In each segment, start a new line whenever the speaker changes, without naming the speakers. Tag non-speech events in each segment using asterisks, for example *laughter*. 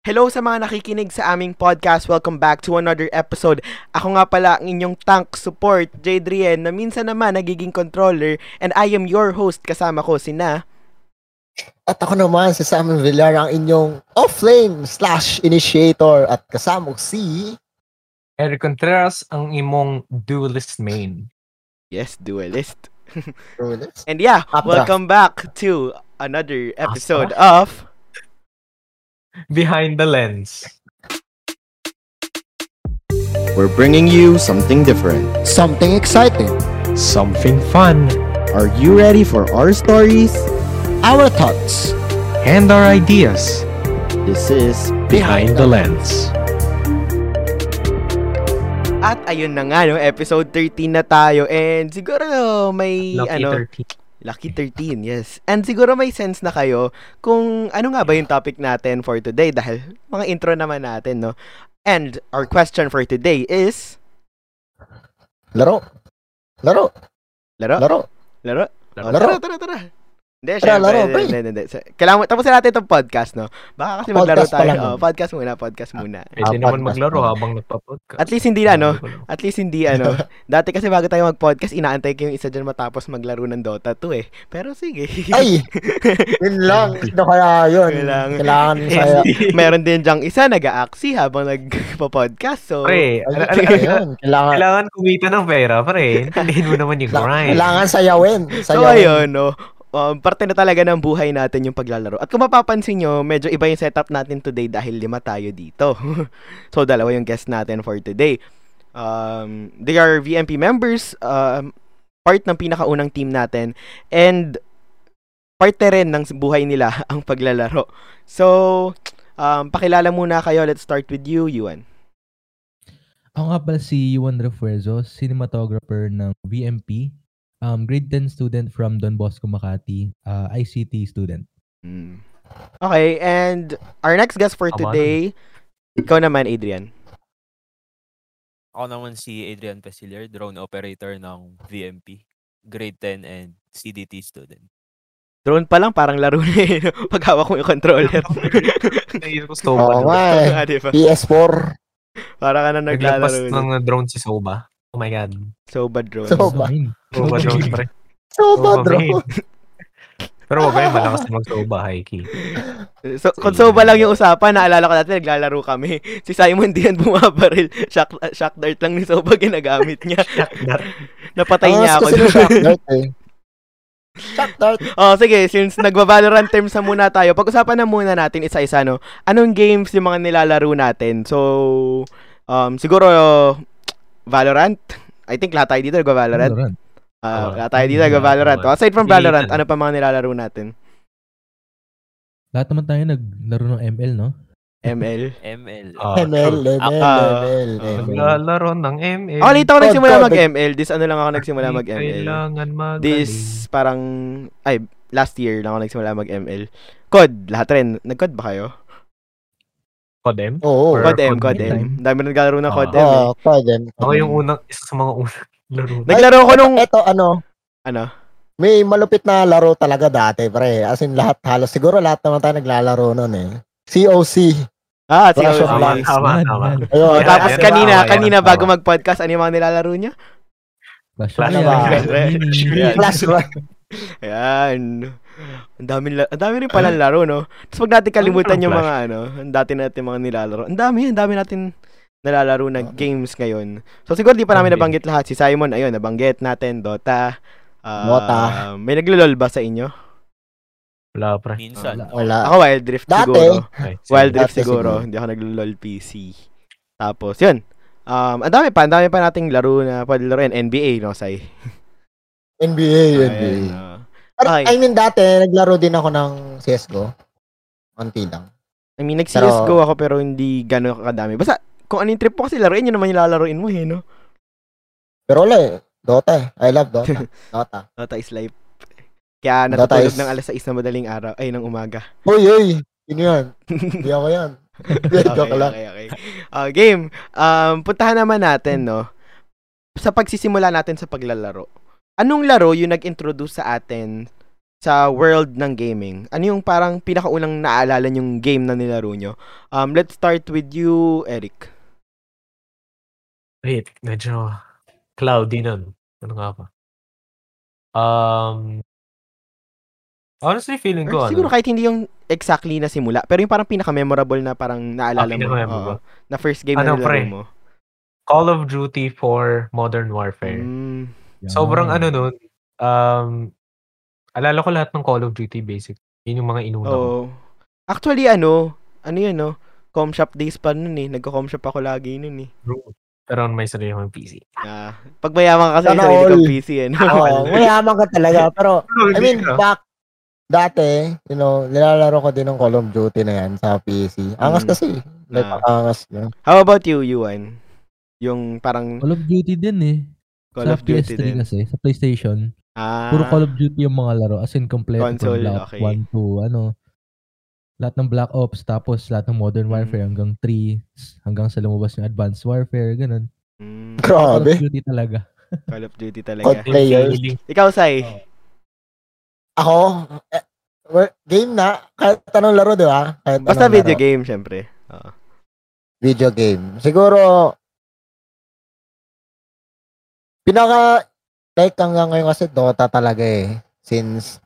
Hello sa mga nakikinig sa aming podcast. Welcome back to another episode. Ako nga pala ang inyong tank support, Jadrien, na minsan naman nagiging controller and I am your host kasama ko sina.
At ako naman si Sam Villar, ang inyong offlane slash initiator at kasama ko si...
Eric Contreras ang imong duelist main.
Yes, duelist.
Rules.
And yeah,
Updraft.
welcome back to another episode of
Behind the lens.
We're bringing you something different.
Something exciting,
Something fun.
Are you ready for our stories?
our thoughts.
And our ideas.
This is
Behind the
lens.
At ayun na nga no, episode 13 na tayo and siguro may
Lucky
ano
13.
Lucky 13, yes. And siguro may sense na kayo kung ano nga ba yung topic natin for today dahil mga intro naman natin, no? And our question for today is...
Laro. Laro.
Laro?
Laro.
Laro? Oh,
Laro.
Tara, tara, tara. Hindi, syempre.
Tara, laro,
Hindi,
pre.
hindi, hindi. So, Kailangan, tapusin natin itong podcast, no? Baka kasi maglaro
Podcast pa
tayo.
lang.
Oh, podcast muna, podcast muna.
Pwede
Ah,
naman
podcast
maglaro
pa.
habang nagpa-podcast.
At least hindi na, no? At least hindi, ano. Dati kasi bago tayo mag-podcast, inaantay ko yung isa dyan matapos maglaro ng Dota 2, eh. Pero sige.
*laughs* Ay! Yun
*laughs*
lang. Ito kaya yun.
Kailangan.
Kailangan.
*laughs*
Kailangan saya.
Meron din dyang isa nag-aaksi habang nagpo-podcast. So,
Pre,
Ay,
ala-
*laughs*
ala-
ano?
kaya yun. Kailangan.
kailangan kumita ng pera, pre. Hintayin mo naman yung grind.
Kailangan sayawin.
so
Sayawin.
ayun, no. Um, parte na talaga ng buhay natin yung paglalaro. At kung mapapansin nyo, medyo iba yung setup natin today dahil lima tayo dito. *laughs* so, dalawa yung guest natin for today. Um, they are VMP members, um, part ng pinakaunang team natin, and parte rin ng buhay nila *laughs* ang paglalaro. So, um, pakilala muna kayo. Let's start with you, Yuan.
Ako nga pala si Juan Refuerzo, cinematographer ng VMP, um, grade 10 student from Don Bosco, Makati, uh, ICT student.
Mm. Okay, and our next guest for
Tama
today, ikaw naman, Adrian.
Ako naman si Adrian Pesilier, drone operator ng VMP, grade 10 and CDT student.
Drone pa lang, parang laro *laughs* na eh. no? Pag hawak mo yung controller.
Naisip ko
Oo
Soba. na.
nga eh.
*laughs* ah, di ba?
PS4.
Para ka na
Naglapas
naglalaro.
ng
nun.
drone si Soba. Oh my God.
So bad drone.
So- Soba.
Ayun.
Soba drone, pre.
Soba,
Oh,
Soba
bro.
main. Pero wag kayo malakas na mag-Soba, Hikey.
So, kung so ba lang yung usapan, naalala ko natin, naglalaro kami. Si Simon Dian bumabaril. Shock, shock dart lang ni Soba ginagamit niya. Napatay
Ang
niya ako.
gusto sila
dun.
shock dart eh. Shock dart.
Oh, sige, since nagbabalorant terms na muna tayo, pag-usapan na muna natin isa-isa, no? Anong games yung mga nilalaro natin? So, um, siguro, uh, Valorant? I think lahat tayo dito nagbabalorant.
Valorant.
Ah,
Oo.
lahat tayo dito nagbabalorant. Oh, aside from
Pilitan.
Valorant, ano pa mga nilalaro natin?
Lahat naman tayo naglaro ng ML, no?
ML.
ML.
Ah,
ML, ML,
true.
Ah,
ML,
ah.
ML.
Naglalaro ng ML.
Ako, Oh, late ako nagsimula
Pagka-
mag-ML. This ano lang ako nagsimula
Di
mag-ML.
Kailangan magaling.
This parang, ay, last year lang ako nagsimula mag-ML. COD, lahat rin. Nag-COD ba kayo?
Kodem?
Oo.
Or
COD M,
COD
COD M.
M.
Dami naglalaro ng
Ah.
COD M. eh.
Oo, kodem.
Ako yung unang, isa sa mga unang laro.
Nag- Naglaro ko nung-
Ito, ano,
Ano?
may malupit na laro talaga dati, pre. As in, lahat halos. Siguro lahat naman tayo naglalaro nun eh. COC.
Ah, si
Clash of
Clans.
Clans.
Tama,
Yan,
tama.
yan.
Ayun,
Oh,
Yeah,
tapos
yeah,
kanina,
tama, yeah,
kanina
tama.
bago mag-podcast, ano yung mga nilalaro niya?
Clash
Clash
of
Royale.
Clans.
Mini.
Clash Royale.
Ayan. Ang dami, la- ang dami rin palang laro, no? Tapos pag natin kalimutan
Ang
yung
flash.
mga, ano, ang dati natin mga nilalaro. Ang dami, ang dami natin nalalaro na games ngayon. So, siguro di pa namin
Ang bilis.
nabanggit lahat. Si Simon, ayun, nabanggit natin, Dota. Ah,
Dota.
May naglolol ba sa inyo?
Wala, pre.
Minsan.
Wala.
Ako, Wild Rift
Dati.
siguro.
Okay, sige.
Wild Rift
Dati
siguro.
siguro.
Hindi ako naglo-LOL PC. Tapos, yun. Um, ang dami pa, ang dami pa nating laro na pwede laruin. NBA, no, Sai?
NBA, NBA.
Ayan, ah.
Pero,
Ay.
I mean, dati, naglaro din ako ng CSGO. Konti lang.
I mean,
Pero-
nag-CSGO ako pero hindi gano'ng kadami. Basta, kung ano yung trip mo kasi laruin, yun naman yung lalaruin mo eh, no?
Pero wala eh. Dota eh. I love
*laughs*
Dota. Dota.
Dota is life. Kaya
Dota
natutulog
is-
ng alas 6 na madaling araw, ay, ng umaga.
Uy, uy. Yun yun. Hindi ako yan. *laughs* Joke lang.
*laughs* okay, okay. Ah, game, um, puntahan naman natin, no? Sa pagsisimula natin sa paglalaro, anong laro yung nag-introduce sa atin sa world ng gaming, ano yung parang pinakaunang naalala yung game na nilaro nyo? Um, let's start with you, Eric.
Wait, medyo cloudy nun. Ano nga ba? Um, honestly, feeling
Or
ko,
siguro
ano,
kahit hindi yung exactly na simula, pero yung parang pinaka-memorable na parang naalala
Ah,
mo.
pinaka-memorable.
oo, na first game na
Ano,
nilaro
pre?
mo.
Call of Duty for Modern Warfare.
Mm,
Sobrang ano nun, um, alala ko lahat ng Call of Duty basic. Yun yung mga inuna ko.
oo. Actually, ano, ano yun, no? Com shop days pa nun eh. Nagko-com shop ako lagi nun eh.
Pero may sarili akong PC.
Ah, pag mayaman ka sa
Sana
sarili
all.
kang PC eh.
*laughs*
No?
Oo, mayaman ka talaga. Pero, I mean, back, dati, you know, nilalaro ko din ng Call of Duty na yan sa PC. Angas
Mm.
kasi. Like,
Ah.
angas na. *laughs*
How about you, Yuan? Yung parang
Call of Duty din eh.
Call
sa
of Duty
PS3
din.
kasi, sa PlayStation,
Ah,
puro Call of Duty yung mga laro. As in, complete
Console,
Black
okay.
1, 2, ano. Lahat ng Black Ops, tapos lahat ng
Mm.
Modern Warfare hanggang 3, hanggang sa lumabas yung Advanced Warfare, ganun. *laughs*
mm,
Call of
Grabe.
Duty talaga.
Call of Duty
Call
talaga.
players.
Ikaw, Sai.
Oo.
Ako, eh, well, game na. Kahit anong laro, di ba? Kahit
Basta
anong
video
laro.
game, syempre. Oo.
Video game. Siguro, pinaka, like hanggang ngayon kasi Dota talaga eh. Since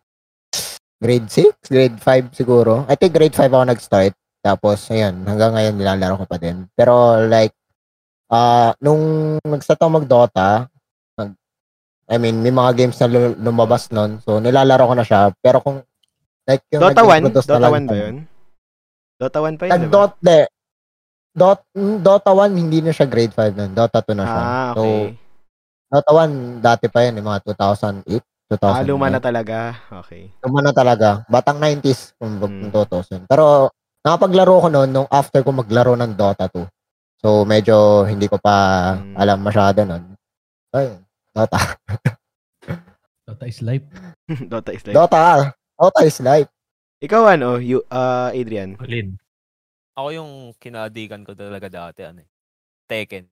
grade 6, grade 5 siguro. I think grade 5 ako nag-start. Tapos, ayun, hanggang ngayon nilalaro ko pa din. Pero like, ah nung nag-start ako mag-Dota, mag- I mean, may mga games na lu- lumabas nun. So, nilalaro ko na siya. Pero kung, like,
Dota 1?
nag-introduce
Dota
talaga-
1 ba yun? Dota 1 pa yun,
Tag
di ba?
Dota, de, Dot, mm, Dota 1, hindi na siya grade 5 nun. Dota 2 na siya.
Ah, okay.
So, Dota 1, dati pa yun, yung mga 2008, 2009.
ah, luma na talaga. Okay. *laughs*
Luma na talaga. Batang 90s, kung
Mm.
mm. 2000. Pero, nakapaglaro ko nun, nung after ko maglaro ng Dota 2. So, medyo hindi ko pa
Mm.
alam masyado nun. Ayun, Dota.
Dota Tota, is life.
Dota is like...
Dota! Dota is life.
Ikaw ano, you, ah, Adrian?
Solid.
Ako yung kinaadikan ko talaga dati, ano eh. Tekken.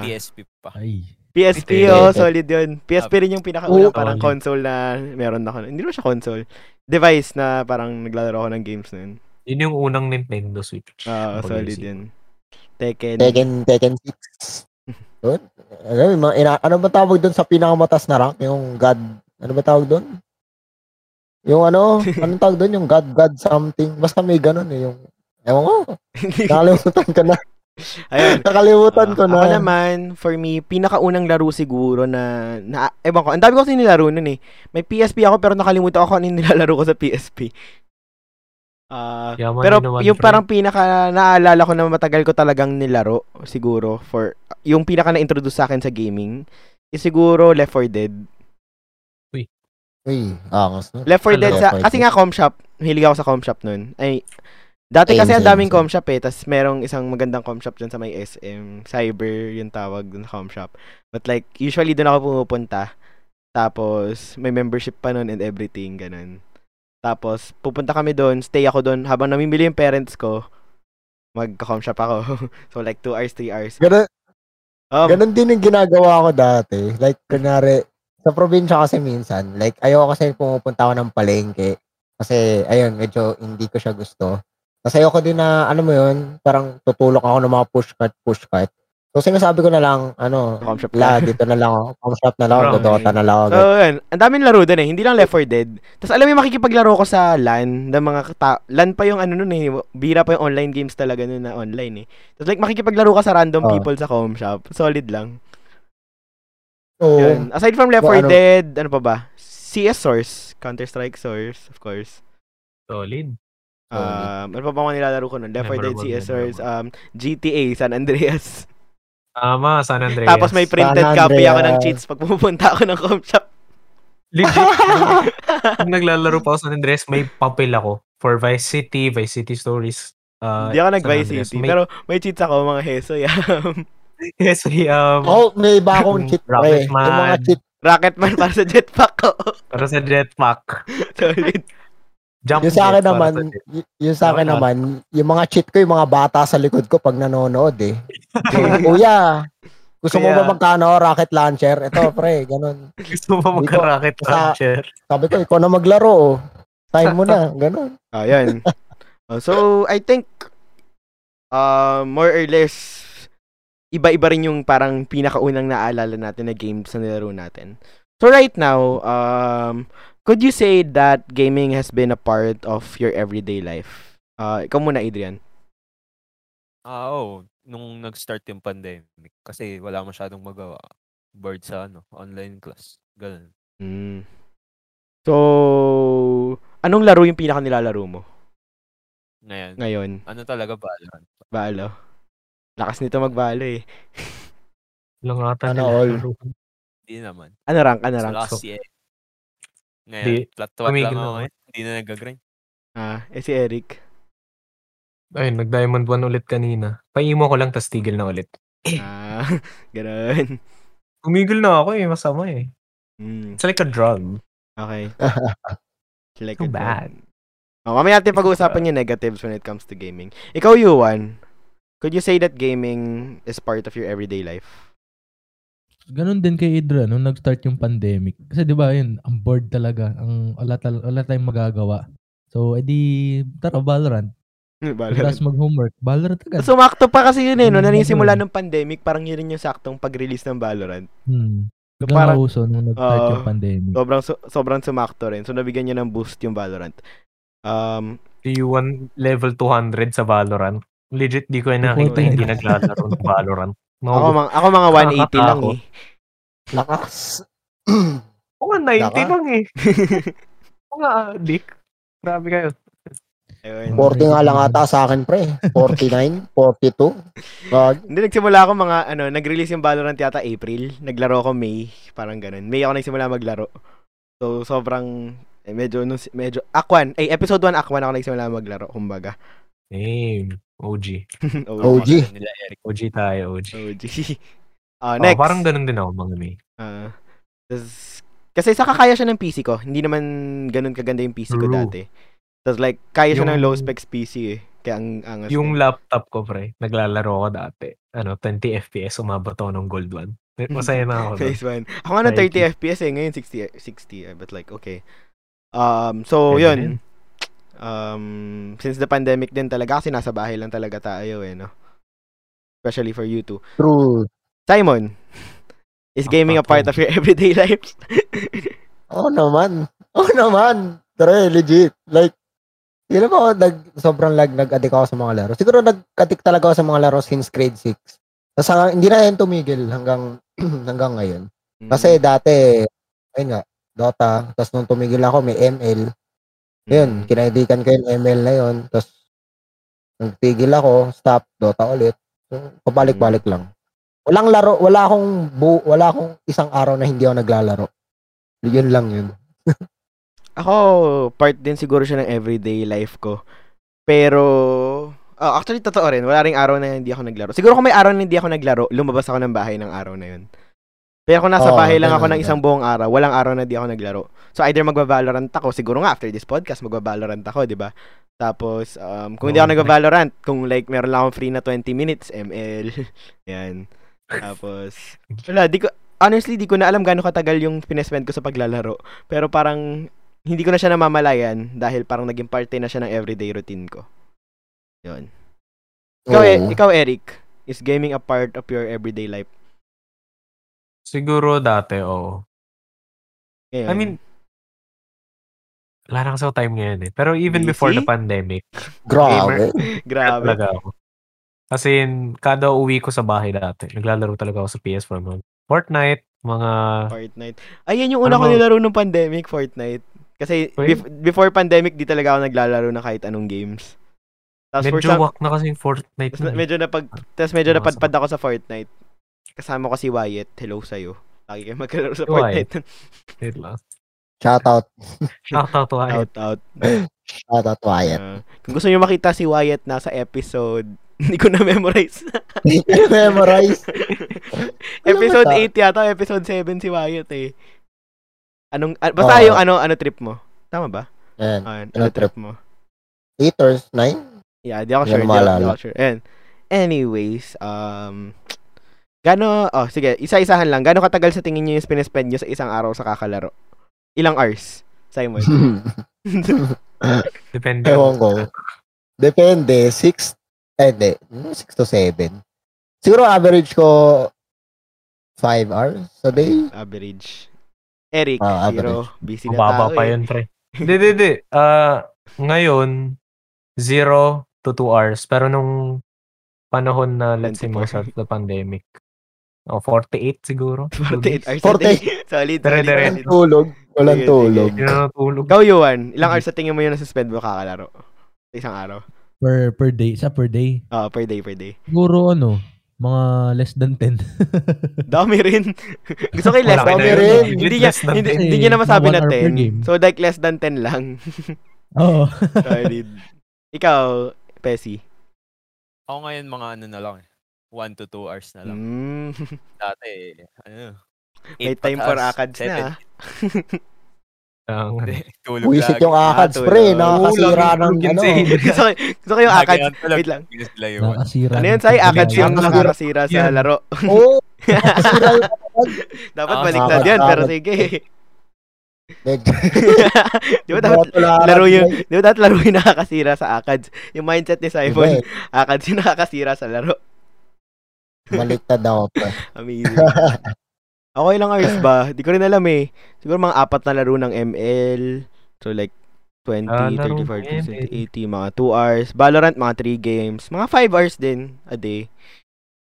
Ah,
PSP pa.
Ay.
PSP, oh, solid yun. PSP rin yung pinakauna
Oo.
parang console na meron ako. Hindi naman siya console. Device na parang naglalaro ako ng games na yun.
Yun yung unang Nintendo Switch.
Ah,
Ako
solid
naisip.
yun. Tekken.
Tekken, Tekken 6. Yun. Ano, yung mga, ina, ano ba tawag doon sa pinakamatas na rank? Yung God, ano ba tawag doon? Yung ano, anong tawag doon? Yung God, God something. Basta may ganun eh. Yung, ewan ko, nakalimutan ko na.
*laughs* Ayun. Ah,
nakalimutan ko na.
Ako naman, for me, pinakaunang laro siguro na, na ewan ko, ang dami ko kasi nilalaro nun eh. May PSP ako pero nakalimutan ko kung ano yung nilalaro ko sa PSP. Ah,
Yaman
pero
yun naman,
yung
pre.
parang pinaka naalala ko na matagal ko talagang nilaro siguro for yung pinaka na-introduce sa akin sa gaming is siguro Left 4 Dead.
Uy, angas na.
Left 4
Alam.
Dead sa
Left 4
kasi
Dead.
nga com shop, hilig ako sa com shop noon. Ay Dati
Same,
kasi ang
same,
daming
same.
com shop eh, tas merong isang magandang com shop dyan sa may SM, Cyber yung tawag dun sa com shop. But like, usually dun ako pumupunta. Tapos, may membership pa nun and everything, ganun. Tapos, pupunta kami dun, stay ako dun, habang namimili yung parents ko, magka-com shop ako. *laughs* so like, 2 hours, 3 hours.
Ganun,
Um,
ganun din yung ginagawa ko dati. Like, kunwari, sa probinsya kasi minsan, like, ayaw kasi pumupunta ako ng palengke. Kasi, ayun, medyo hindi ko siya gusto. Tapos ayoko din na, ano mo yun, parang tutulok ako ng mga pushcart, pushcart. So, sinasabi ko na lang, ano,
Com shop *laughs*
la,
ka.
dito na lang ako. Pang shop na lang ako,
Bro,
dodota na lang ako.
So, yun. Ang daming laro dun eh. Hindi lang Left 4 Dead. Tapos alam mo yung makikipaglaro ko sa LAN, ng mga ta- LAN pa yung ano nun eh. Bira pa yung online games talaga nun na online eh. Tapos like makikipaglaro ka sa random
Oh.
people sa com shop. Solid lang.
Oo.
Yun. Aside from Left 4
Well, Eh, ano-
Dead, ano pa ba? CS Source. Counter-Strike Source, of course.
Solid.
Oh,
Um, ano pa ba mga nilalaro ko nun? Left 4 Dead,
Memorable,
CS Source, um,
memorable.
GTA, San Andreas.
Tama, San Andreas.
Tapos may printed
San
copy ako ng
Andreas.
cheats pag pupunta ako ng com shop.
*laughs*
Legit. Kung naglalaro pa ako sa San Andres, may papel ako for Vice City, Vice City Stories. Uh,
Hindi ako nag
San
Vice
Andreas.
City.
May-
Pero may cheats ako, mga heso. Yeah.
*laughs* yes, may, um,
Oh, may
*clears throat*
iba akong cheat pre. Yung mga
Rocketman.
cheat.
Rocketman para sa jetpack ko. *laughs*
para sa jetpack.
Solid.
Jump
Yung sa akin
jet para
naman,
sa jet.
y- yung sa akin
Wala. *laughs*
naman, yung mga cheat ko, yung mga bata sa likod ko pag nanonood eh. Kuya, Gusto mo
Kaya-
ba magkano? Rocket launcher? Ito, pre, ganun.
Gusto mo
Hindi
ba
ko-
magka-rocket
sa-
launcher?
Sabi ko, ikaw na maglaro. oh. Time mo na, ganun.
Ayan. Oh, Ah, so, I think, uh, more or less, iba-iba rin yung parang pinakaunang naalala natin na games na nilaro natin. So, right now, um, could you say that gaming has been a part of your everyday life? Uh, ikaw muna, Adrian.
Ah, oo. Nung nag-start yung pandemic, kasi wala masyadong magawa. Bored sa ano, online class. Ganun.
Mm. So, anong laro yung pinaka nilalaro mo
Ngayon,
ngayon?
ano talaga Valorant?
Balo. Lakas nito magbalo eh.
Lang ata
Sana
nila
all.
laro.
Hindi naman.
Ano rank? Ano
Sa
rank?
last
so-
year. Ngayon,
Di-
platwat lang
tumigil na
ako
ako.
eh. Hindi na nag-grind.
Ah, eh si Eric.
Ay, nag-diamond 1 ulit kanina. Paimo ko lang, tas tigil na ulit.
*laughs* Ah, ganun.
Tumigil na ako eh, masama eh.
Mm,
It's like a drug. *laughs*
okay. It's Like
Too
a
bad.
drug. Oh, mamaya natin pag-uusapan yung negatives when it comes to gaming. Ikaw, Yuan, could you say that gaming is part of your everyday life? *laughs*
Ganun din kay Idra nung nag-start yung pandemic. Kasi 'di ba, yun, ang bored talaga, ang wala, tal- wala tayong magagawa. So, edi tara Valorant.
Valorant.
Tapos mag-homework, Valorant agad.
Sumakto pa kasi yun eh, no?
Mm,
Ganun
Nang
ba
simula
yun?
ng pandemic, parang yun rin yung saktong pag-release ng Valorant.
hmm.
So,
Ganun
parang Ah.
uso nung nag-start
Oo.
yung pandemic.
sobrang, su- sobrang sumakto rin. So, nabigyan niya ng boost yung Valorant. Um,
Do you want level 200 sa Valorant? Legit, di ko yung nakita
Puta.
hindi naglalaro ng Valorant.
ako,
No,
mga, ako mga 180 lang
Nakakatawa.
eh.
Lakas. *clears throat*
ako nga 90
Naka.
lang eh. Ako nga, dick. Grabe kayo.
eh. Ayun.
40 nga lang ata sa akin, pre. 49, 42. Gag.
Hindi, nagsimula ako mga, ano, nag-release yung Valorant yata April. Naglaro ako May. Parang ganun. May ako nagsimula maglaro. So, sobrang, eh, medyo, nung si- medyo, Akwan. Ay, episode 1 Akwan ako nagsimula maglaro, kumbaga. *laughs*
Same. OG.
OG.
OG.
Ano nila Eric.
OG tayo, OG.
OG. *laughs* Ah,
Ah,
next.
parang ganun din ako, mga may.
Ah. Tas- kasi sa kakaya siya ng PC ko. Hindi naman ganun kaganda yung PC ko
True.
dati. Tapos like, kaya siya ng
Yung-
low specs PC eh. Kaya ang angas.
Yung
niya.
laptop ko, pre, naglalaro ako dati. Ano, 20 FPS, umabot ako ng gold one. Masaya na ako.
*laughs*
doon.
Phase 1. Ako nga ng
Thank
30 FPS eh. Ngayon 60, 60 eh. But like, okay. Um, so,
Pwede
yun.
rin.
Um, since the pandemic din talaga, kasi nasa bahay lang talaga tayo eh, no? Especially for you two.
True.
Simon, is gaming a part of your *laughs* everyday life?
Oo naman. *laughs* Oo naman. Pre, legit. Like, yun ako, nag, sobrang lag, nag-addict ako sa mga laro. Siguro nag-addict talaga ako sa mga laro since grade 6. Tapos hanggang- hindi na yan tumigil hanggang, *clears throat* hanggang ngayon. Kasi dati, ayun nga, Dota. Tapos nung tumigil ako, may ML.
Mm-hmm.
Yun, kinaidikan ko yung ML na yun. Tapos, nung tigil ako, stop, Dota ulit. So, pabalik-balik lang. Walang laro, wala akong, bu, wala akong isang araw na hindi ako naglalaro. Yun lang yun.
Ako, part din siguro siya ng everyday life ko. Pero, ah, actually, totoo rin. Wala ring araw na hindi ako naglaro. Siguro kung may araw na hindi ako naglaro, lumabas ako ng bahay ng araw na yun. Pero kung nasa
Oo,
bahay lang ako
ganun
ng isang buong araw, walang araw na hindi ako naglaro. So, either magbabalorant ako, siguro nga after this podcast, magbabalorant ako, di ba? Tapos, um, kung hindi
Oo,
ako nagbabalorant, kung like meron lang akong free na 20 minutes, ML, *laughs* yan. Tapos, wala, di ko, honestly, di ko na alam gaano katagal yung pinespend ko sa paglalaro. Pero parang, hindi ko na siya namamalayan dahil parang naging parte na siya ng everyday routine ko. Yun. Ikaw,
Oo.
eh, ikaw Eric, is gaming a part of your everyday life?
Siguro dati, oh, oo.
Ngayon,
I mean, wala na kasi ako time ngayon eh. Pero even before the
Busy?
pandemic,
Grabe.
grabe.
talaga ako. As in, kada uwi ko sa bahay dati, naglalaro talaga ako sa PS4 noon. Fortnite, mga...
Fortnite. Ayan yung una
Ano
ko
ba?
nilaro nung pandemic, Fortnite. Kasi
Uy.
bef- before pandemic, di talaga ako naglalaro na kahit anong games. Tapos for
Medyo Ano
some,
wak na kasi yung Fortnite.
tas
na
na-
eh.
medyo napag, tas medyo
Nawasa.
napadpad ako sa Fortnite. Kasama ko si Wyatt. Hello sa'yo. Lagi kayo magkalaro sa
Si
Fortnite.
Wyatt. Wait
*laughs*
lang. eh.
Shout out.
Shout out to Wyatt.
out, out.
Shout out Wyatt. *laughs*
Ah, kung gusto nyo makita si Wyatt nasa episode, *laughs* hindi ko
*laughs*
na-memorize.
Memorize.
episode
Ano
Alam mo
8 yata, episode 7 si Wyatt eh. Anong, ah, basta
Oo.
yung ano, ano trip mo? Tama ba?
Ayan.
Ayun,
Ano
ano trip mo?
Eight or nine?
*laughs* Yeah, di ako
Hindi
sure. Di
ko
ako, di
maalala.
ako sure. And, anyways, um, Gano, oh, sige, isa-isahan lang. Gano katagal sa tingin niyo yung spinispend niyo sa isang araw sa kakalaro? Ilang hours, Simon?
*laughs*
Depende.
Ewan ko. Depende. Six, eh, hindi. Hmm, Six to seven. Siguro average ko five hours a day.
average. Eric,
Ah,
zero. Busy na tao
Mababa pa
eh. *laughs*
yun, pre. Hindi, hindi, hindi. Ah, ngayon, 0 to 2 hours. Pero nung panahon na, let's say,
24.
mga start the pandemic, oh, 48
*laughs*
siguro.
48 hours a
48.
day. *laughs* solid, solid,
Dire-dire.
solid.
Walang tulog. Walang
Sige, sige.
tulog.
Hindi na natulog.
Ikaw, Yuan, ilang hours sa tingin mo yun nasuspend mo kakalaro? Sa isang araw?
Per, per day. Sa per day.
Ah, per day, per day.
Siguro ano, mga less than 10.
Dami rin. *laughs* Gusto ko yung less
Wala
than
dami
kayo na-
rin.
Hindi niya,
Less than
hindi,
10.
hindi niya naman sabi
One
na
hour per game.
10. So, like, less than 10 lang.
*laughs* Oo. *laughs*
solid. Ikaw, Pesi.
Ako ngayon mga ano na lang eh. 1 to 2 hours na lang.
Mm,
Dati eh, ano.
may
eight pa
time for
taas,
ACADS
seven.
na. ah.
Ang-
Hindi, *laughs* Tulog
Buisit
lagi.
yung akads,
Ah,
pre.
tulog.
Nakakasira
Oo,
ng
laging
ano.
tulog yun sa'yo.
*laughs* gusto, ko- gusto ko yung
Lagi
ACADS.
ang tulog.
Wait lang.
Yun sila yun.
Nakasira.
Ano
ng
yun, Sai?
pagkain.
ACADS yung
Nakakasira.
nakakasira sa
Yan.
*laughs*
laro.
*laughs* Oo. Nakakasira
*laughs*
yung
Dapat
Ah,
baliktad
tama,
yan, pero
tama.
*laughs*
sige.
Medyo-
Di ba dapat
Nakatularan
laro yung,
na-
di ba dapat laro yung nakakasira sa ACADS? Yung mindset ni
Iba
Simon, *laughs*
eh.
ACADS yung nakakasira sa laro.
Baliktad ako, pre.
Amazing. Ako ilang hours ba? Di ko rin alam eh. Siguro mga apat na laro ng ML. So like 20,
Ah, laro
30, 40,
ng
60,
ML.
80, mga 2 hours. Valorant, mga 3 games. Mga 5 hours din a day.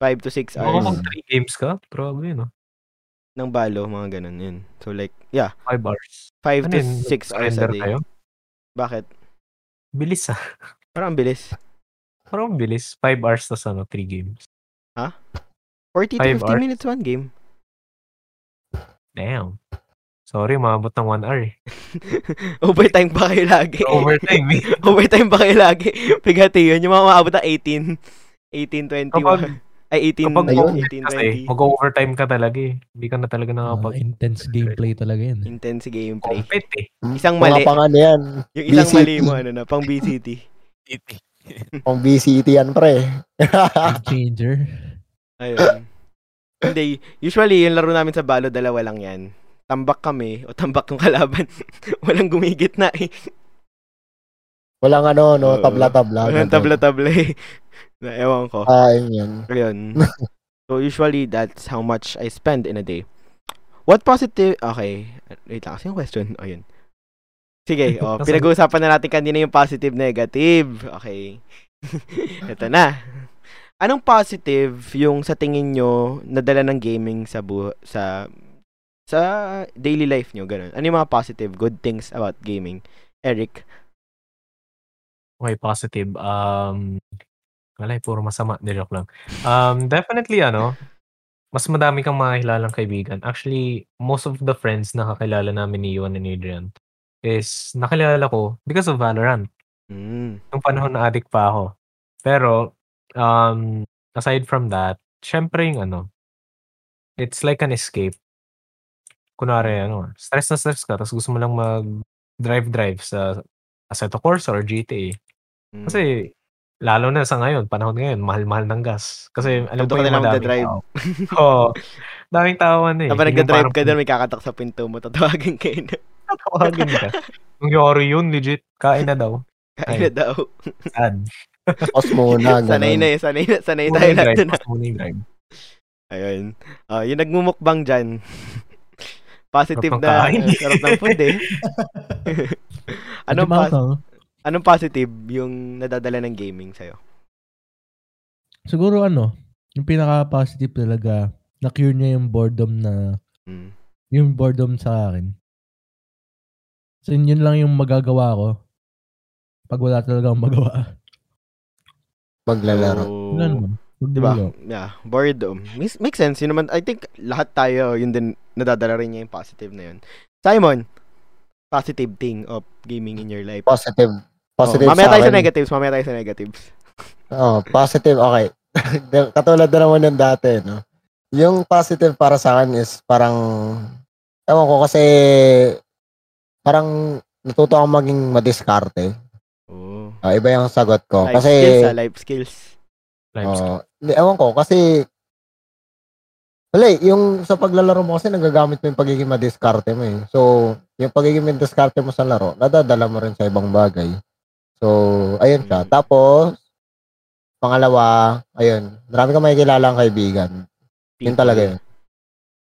5 to 6
Oo,
hours
kung 3 games ka, grabe yun, no?
ng balo, mga ganun yun. So like, yeah,
5 hours.
5
Ano
to
yun?
6 hours a
Surrender
day.
kayo?
Bakit?
Bilis ah.
Parang ang bilis.
Parang bilis. 5 hours tas ano, 3 games.
40 to
Five
50
hours?
minutes one game. *laughs*
Damn. Sorry, maabot ng 1 hour eh.
*laughs* Overtime pa kayo lagi.
Overtime eh.
Overtime pa kayo lagi. *laughs* Pigati yun. Yung mga maabot ng 18. 18, 20.
Kapag
ay, 18,
Kapag
Ayun,
ayun, kasi,
18, 20.
mag-overtime ka talaga eh. Hindi ka na talaga
Ah,
nakapag
intense gameplay talaga yun.
Intense gameplay.
compete eh.
Isang
Mga
mali.
pang ano
*laughs*
yan.
Yung isang
BCT.
mali mo, ano na, pang BCT.
Eight-
Pang BCT yan, pre.
Game changer.
Ayun. Hindi, usually, yung laro namin sa balo, dalawa lang yan. Tambak kami, o tambak yung kalaban. *laughs* Walang gumigit na eh.
Walang ano, no?
Oo.
Tabla-tabla.
Walang tabla-tabla eh. Na, ewan ko.
Ah, yun yun.
*laughs*
Ayun. So, usually, that's how much I spend in a day. What positive... Okay. Wait lang. Kasi yung question. Ayun.
*laughs*
Sige. Oh,
Nasaan?
pinag-uusapan na natin kanina yung positive, negative. Okay. *laughs* Ito na. Anong positive yung sa tingin nyo nadala ng gaming sa bu- sa sa daily life nyo? Ganun. Ano yung mga positive, good things about gaming? Eric.
Okay, positive. Um, wala eh, puro masama. Hindi, joke lang. Um, definitely, ano, mas madami kang makakilalang kaibigan. Actually, most of the friends na kakilala namin ni Yuan and Adrian is nakilala ko because of Valorant.
Mm.
Nung panahon na addict pa ako. Pero, um, aside from that, syempre yung ano, it's like an escape. Kunwari, ano, stress na stress ka, tapos gusto mo lang mag-drive-drive sa Assetto Corsa or GTA.
Mm.
Kasi, lalo na sa ngayon, panahon ngayon, mahal-mahal ng gas. Kasi, alam
Tutok
ko
Mm. na
yung
lang
madaming
magdadrive.
tao. *laughs* Oo. daming tao ano eh.
Kapag
Yung
nagda-drive ka
parang-
doon, may kakatak sa pinto mo, tatawagin kayo na.
*laughs* Tawagin ka. Yung yori yun, legit. Kain na daw.
Kain na daw. *laughs*
Sad.
Pause muna.
sanay na
ganun.
eh, sanay na, sanay
Muna
tayo
yung
lahat
drive.
dun.
mas Muna yung drive.
Ayun. Ah, yung nagmumukbang dyan. *laughs* Positive
Sarap ng
na
kain.
eh, sarap ng food eh. anong,
Medyo
pas-
mautang.
anong positive yung nadadala ng gaming sa'yo?
Siguro ano, yung pinaka-positive talaga, na-cure niya yung boredom na,
Mm.
yung boredom sa akin. So yun, yun lang yung magagawa ko pag wala talaga akong
*laughs*
magawa.
Maglalaro.
So,
Wala naman. Huwag
Diba?
dulo.
Yeah, boredom. Makes, makes sense. Yun naman, I think lahat tayo, yun din, nadadala rin niya yung positive na yun. Simon, positive thing of gaming in your life.
Positive. Positive
Oh, mamaya tayo
akin.
sa negatives, mamaya tayo sa negatives.
Oh, positive. Okay. *laughs* Katulad na naman yung dati, no? Yung positive para sa akin is parang, ewan ko kasi, parang natuto akong maging madiskarte.
Oh.
Ah, iba yung sagot ko.
Life
Kasi,
skills, ah, life skills.
Drive.
oh, ewan ko, kasi Wala eh, yung sa paglalaro mo kasi nagagamit mo yung pagiging madiskarte mo eh. So, yung pagiging madiskarte mo sa laro, nadadala mo rin sa ibang bagay. So, ayun siya.
Mm.
Tapos, pangalawa, ayun, marami kang makikilala ang kaibigan. Yun talaga yun.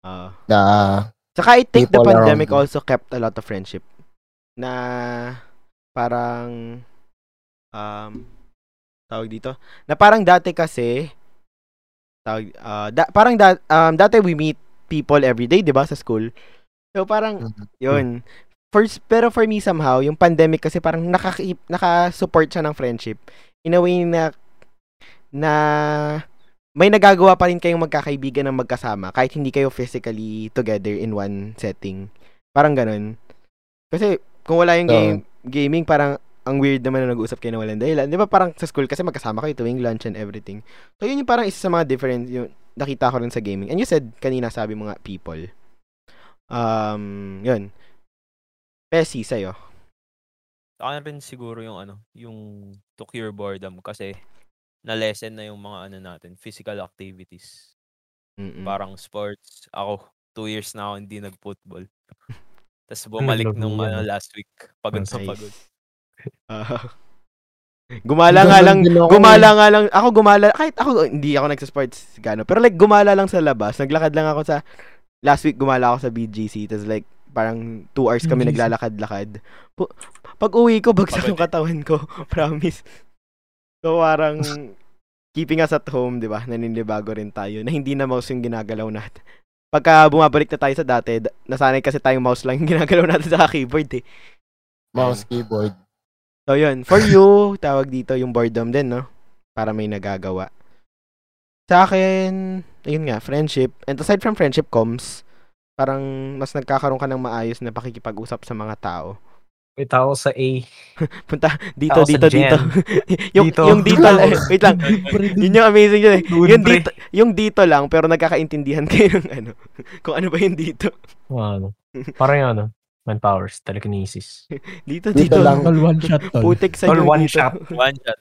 Ah.
Na,
Saka I think the
People around
pandemic
you.
also kept a lot of friendship na parang um tawag dito na parang dati kasi tawag ah, da- parang da- um, dati we meet people every day 'di ba sa school so parang
Mhm.
yun first pero for me somehow yung pandemic kasi parang naka naka-support siya ng friendship in a way na na may nagagawa pa rin kayong magkakaibigan ng magkasama kahit hindi kayo physically together in one setting. Parang ganun. Kasi kung wala yung
Oo.
game, gaming, parang ang weird naman na nag-uusap kayo na walang dahilan. Di ba parang sa school kasi magkasama kayo tuwing lunch and everything. So yun yung parang isa sa mga difference yung nakita ko rin sa gaming. And you said kanina sabi mga people. Um, yun. Pesi sa'yo.
Saka rin siguro yung ano, yung to cure boredom kasi na-lessen na yung mga ano natin, physical activities.
Hmm.
Mm-mm.
Parang sports. Ako, two years na ako hindi nag-football. *laughs* Tapos bumalik
naglaro
nung
yan,
ano,
ah?
last week. Pagod sa
Nice.
pagod.
Ah. gumala nga lang,
Ganun din ako eh.
gumala nga lang. Ako gumala, kahit ako, hindi ako nagsasports, gano. Pero like, gumala lang sa labas. Naglakad lang ako sa, last week gumala ako sa BGC. Tapos like, parang two hours kami
BGC.
naglalakad-lakad. Pu- Pag uwi ko, bagsak
Pagod eh.
yung katawan ko. *laughs* Promise. So
*laughs*
parang, keeping us at home, di ba? Naninibago rin tayo na hindi na mouse yung ginagalaw natin. Pagka bumabalik na tayo sa dati, da- nasanay kasi tayong mouse lang yung ginagalaw natin sa keyboard eh.
mouse, keyboard.
So, yun. For you, tawag dito yung boredom din, no? Para may nagagawa. Sa akin, ayun nga, friendship. And aside from friendship comms, parang mas nagkakaroon ka ng maayos na pakikipag-usap sa mga tao.
Wait, ako sa A.
Punta dito,
Tao sa
dito, dito. *laughs* yung,
Dito.
yung dito,
*laughs*
lang, wait lang.
Libre dun.
Yun yung amazing *laughs* yun eh.
Dun,
Yung
pre.
dito, yung dito lang, pero nagkakaintindihan *laughs* kayo ng ano. Kung ano ba yung dito.
Ano? Parang yung ano, manpowers,
*laughs*
telekinesis.
Dito,
Dito
dito.
lang.
lang.
Tol, one shot, tol.
Putik sa
All
yung
one
dito.
shot.
One shot.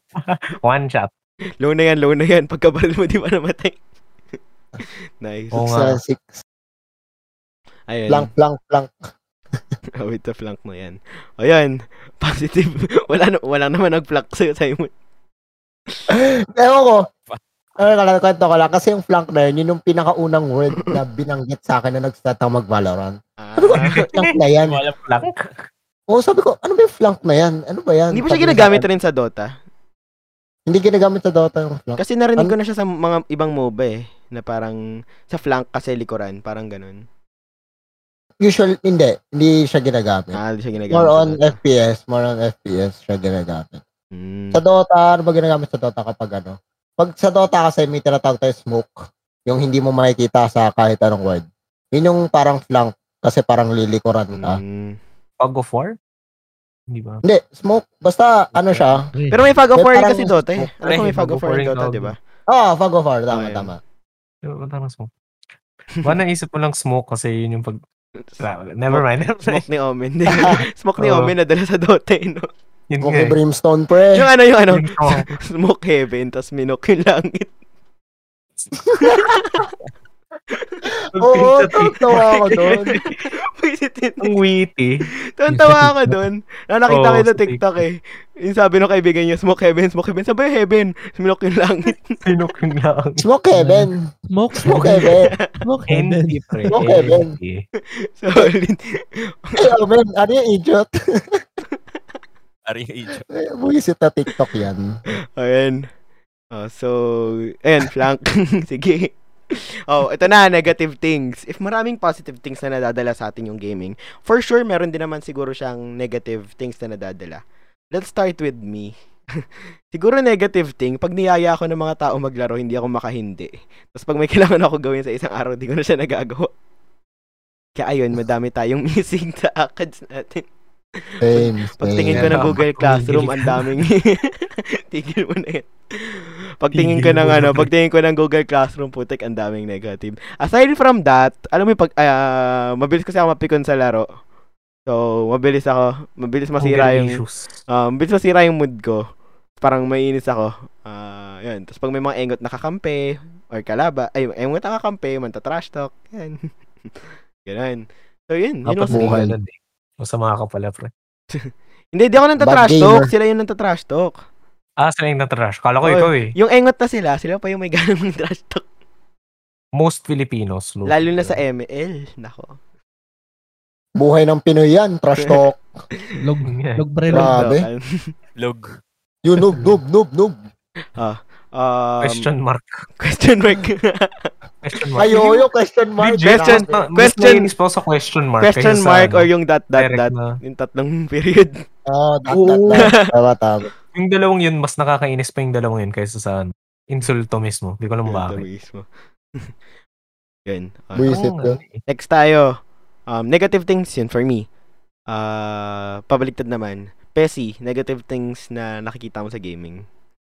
One shot.
Low na yan, low na yan. Pagkabaril mo, di ba
*laughs*
namatay? nice.
Oo
Sa
nga.
six,
Ayun.
plank, plank, plank.
*laughs* Oh, with the flank mo yan. O yan, *laughs* positive. *laughs* wala, na, wala naman nag-flank sa'yo, Simon.
Ewan ko. Ano na kwento ko lang. Kasi yung flank na yun, yun yung pinakaunang word na binanggit sa akin na nag-start ako mag-Valorant.
Ah,
Sabi ko, flank na yan.
Wala
Plank.
Oo, sabi ko, ano ba yung flank na yan? Ano ba yan?
hindi ba siya
Sabi niya sa
ginagamit
akin,
rin sa Dota?
Hindi ginagamit sa Dota yung flank.
Kasi narinig ko na siya sa mga ibang MOBA eh, na parang sa flank kasi likuran, parang ganun.
Usual, hindi. Hindi siya ginagamit.
Ah, hindi siya ginagamit.
More
sa
on
Dota.
FPS. More on FPS siya ginagamit.
Mm.
Sa Dota, ano ba ginagamit sa Dota kapag ano? Pag sa Dota kasi may tinatawag tayo smoke. Yung hindi mo makikita sa kahit anong word. Yun yung parang flank. Kasi parang lilikuran ka.
Mm.
Fog of War? Hindi ba?
Hindi, smoke. Basta ano siya.
Pero may Fog of
Pero
War rin
parang-
kasi Dota eh. Ano
Pre,
kung may Fog of War
rin
in Dota,
tawag
di ba?
Ah, fog of war. Tama,
Ayun.
tama.
Wala nang smoke. Ba, naisip ko lang smoke kasi yun yung pag...
Smoke-
Never mind. *laughs* Never mind.
Smoke ni Omen. *laughs* Smoke ni
Oo.
Omen na dala sa Dota eh, no?
Yun nga
Okay,
eh.
brimstone pre.
*laughs* Yung ano, yung ano,
Yung smoke.
smoke heaven, tas minok yung langit. *laughs*
Oo, tawa ako
*laughs*
doon.
Pwisit yun.
Ang witty.
Doon
Yung
tawa
sa
ako
TikTok.
doon. Na nakita
Oo,
ko yun sa
sa
TikTok eh. Yung sabi ng kaibigan niya, smoke heaven, smoke heaven. Sabi niya, heaven, smoke yung langit. *laughs*
Sinok yung lang.
Smoke heaven.
Smoke,
Smoke heaven.
Smoke heaven.
Empty, pre.
Smoke heaven.
Empty.
Solid.
Ay, oh man, ano yung idiot? Eh,
Ari *laughs* yung age.
Buisit na TikTok yan.
Ayan. Oh, so, ayan, flank. *laughs* Sige. Oh, ito na, negative things. If maraming positive things na nadadala sa atin yung gaming, for sure, meron din naman siguro siyang negative things na nadadala. Let's start with me. *laughs* siguro negative thing, pag niyaya ako ng mga tao maglaro, hindi ako makahindi. Tapos pag may *laughs* kailangan ako gawin sa isang araw, di ko na siya nagagawa. Kaya ayun, madami tayong *laughs* missing sa ACADS natin.
Same,
Pagtingin
same.
ko ng
*laughs* Tama.
Google Classroom, ang daming... *laughs* Tigil mo na yan. Pagtingin ko
Tigil
ng
mo na.
ano, pagtingin ko ng Google Classroom, putik, ang daming negative. Aside from that, alam mo yung pag... ah, mabilis kasi ako mapikon sa laro. So, mabilis ako. Mabilis masira
Hunger
yung...
issues.
Ah, mabilis masira yung mood ko. Parang mainis ako. Ah, yun. Tapos pag may mga engot nakakampi, or kalaba. Ay, ay mo kakampi, manta-trash talk. Yan. *laughs* Ganun. So, yun. yun was-
Kapabuhay.
Masama ka pala, pre.
hindi, di ako nanta-trash
Bad
talk.
gamer.
Sila yung nanta-trash talk.
Ah, sila yung natrash. Kala ko
Oy.
ikaw eh.
Yung engot na sila, sila pa yung may ganang trash talk.
Most Filipinos. low
Lalo
key,
na sa
pre.
ML. Nako.
Buhay ng Pinoy yan. Trash talk.
Log,
Yeah.
log pre, log.
Grabe.
Log.
You noob, noob, noob, noob.
Um,
Question mark.
question mark.
Question mark.
Ayo, yo, question mark.
Legit. Question-
Na- mas
question-
nainis pa ako sa question mark.
question
kaysa sa,
mark or
ano,
yung dot dot
direct
dot.
na-
Yung tatlong *laughs* period.
Oh, dot, dot, dot. Tama, tama. *laughs*
Yung dalawang yun, mas nakakainis pa yung dalawang yun kaysa sa ano, insulto mismo. Hindi ko alam
Yun,
bakit.
ito mismo. *laughs* Yun. Ah,
Buwis.
Oo nga
yun.
eh.
next tayo. Um, negative things yun for me. Ah, pabaliktad naman. Pesi, negative things na nakikita mo sa gaming.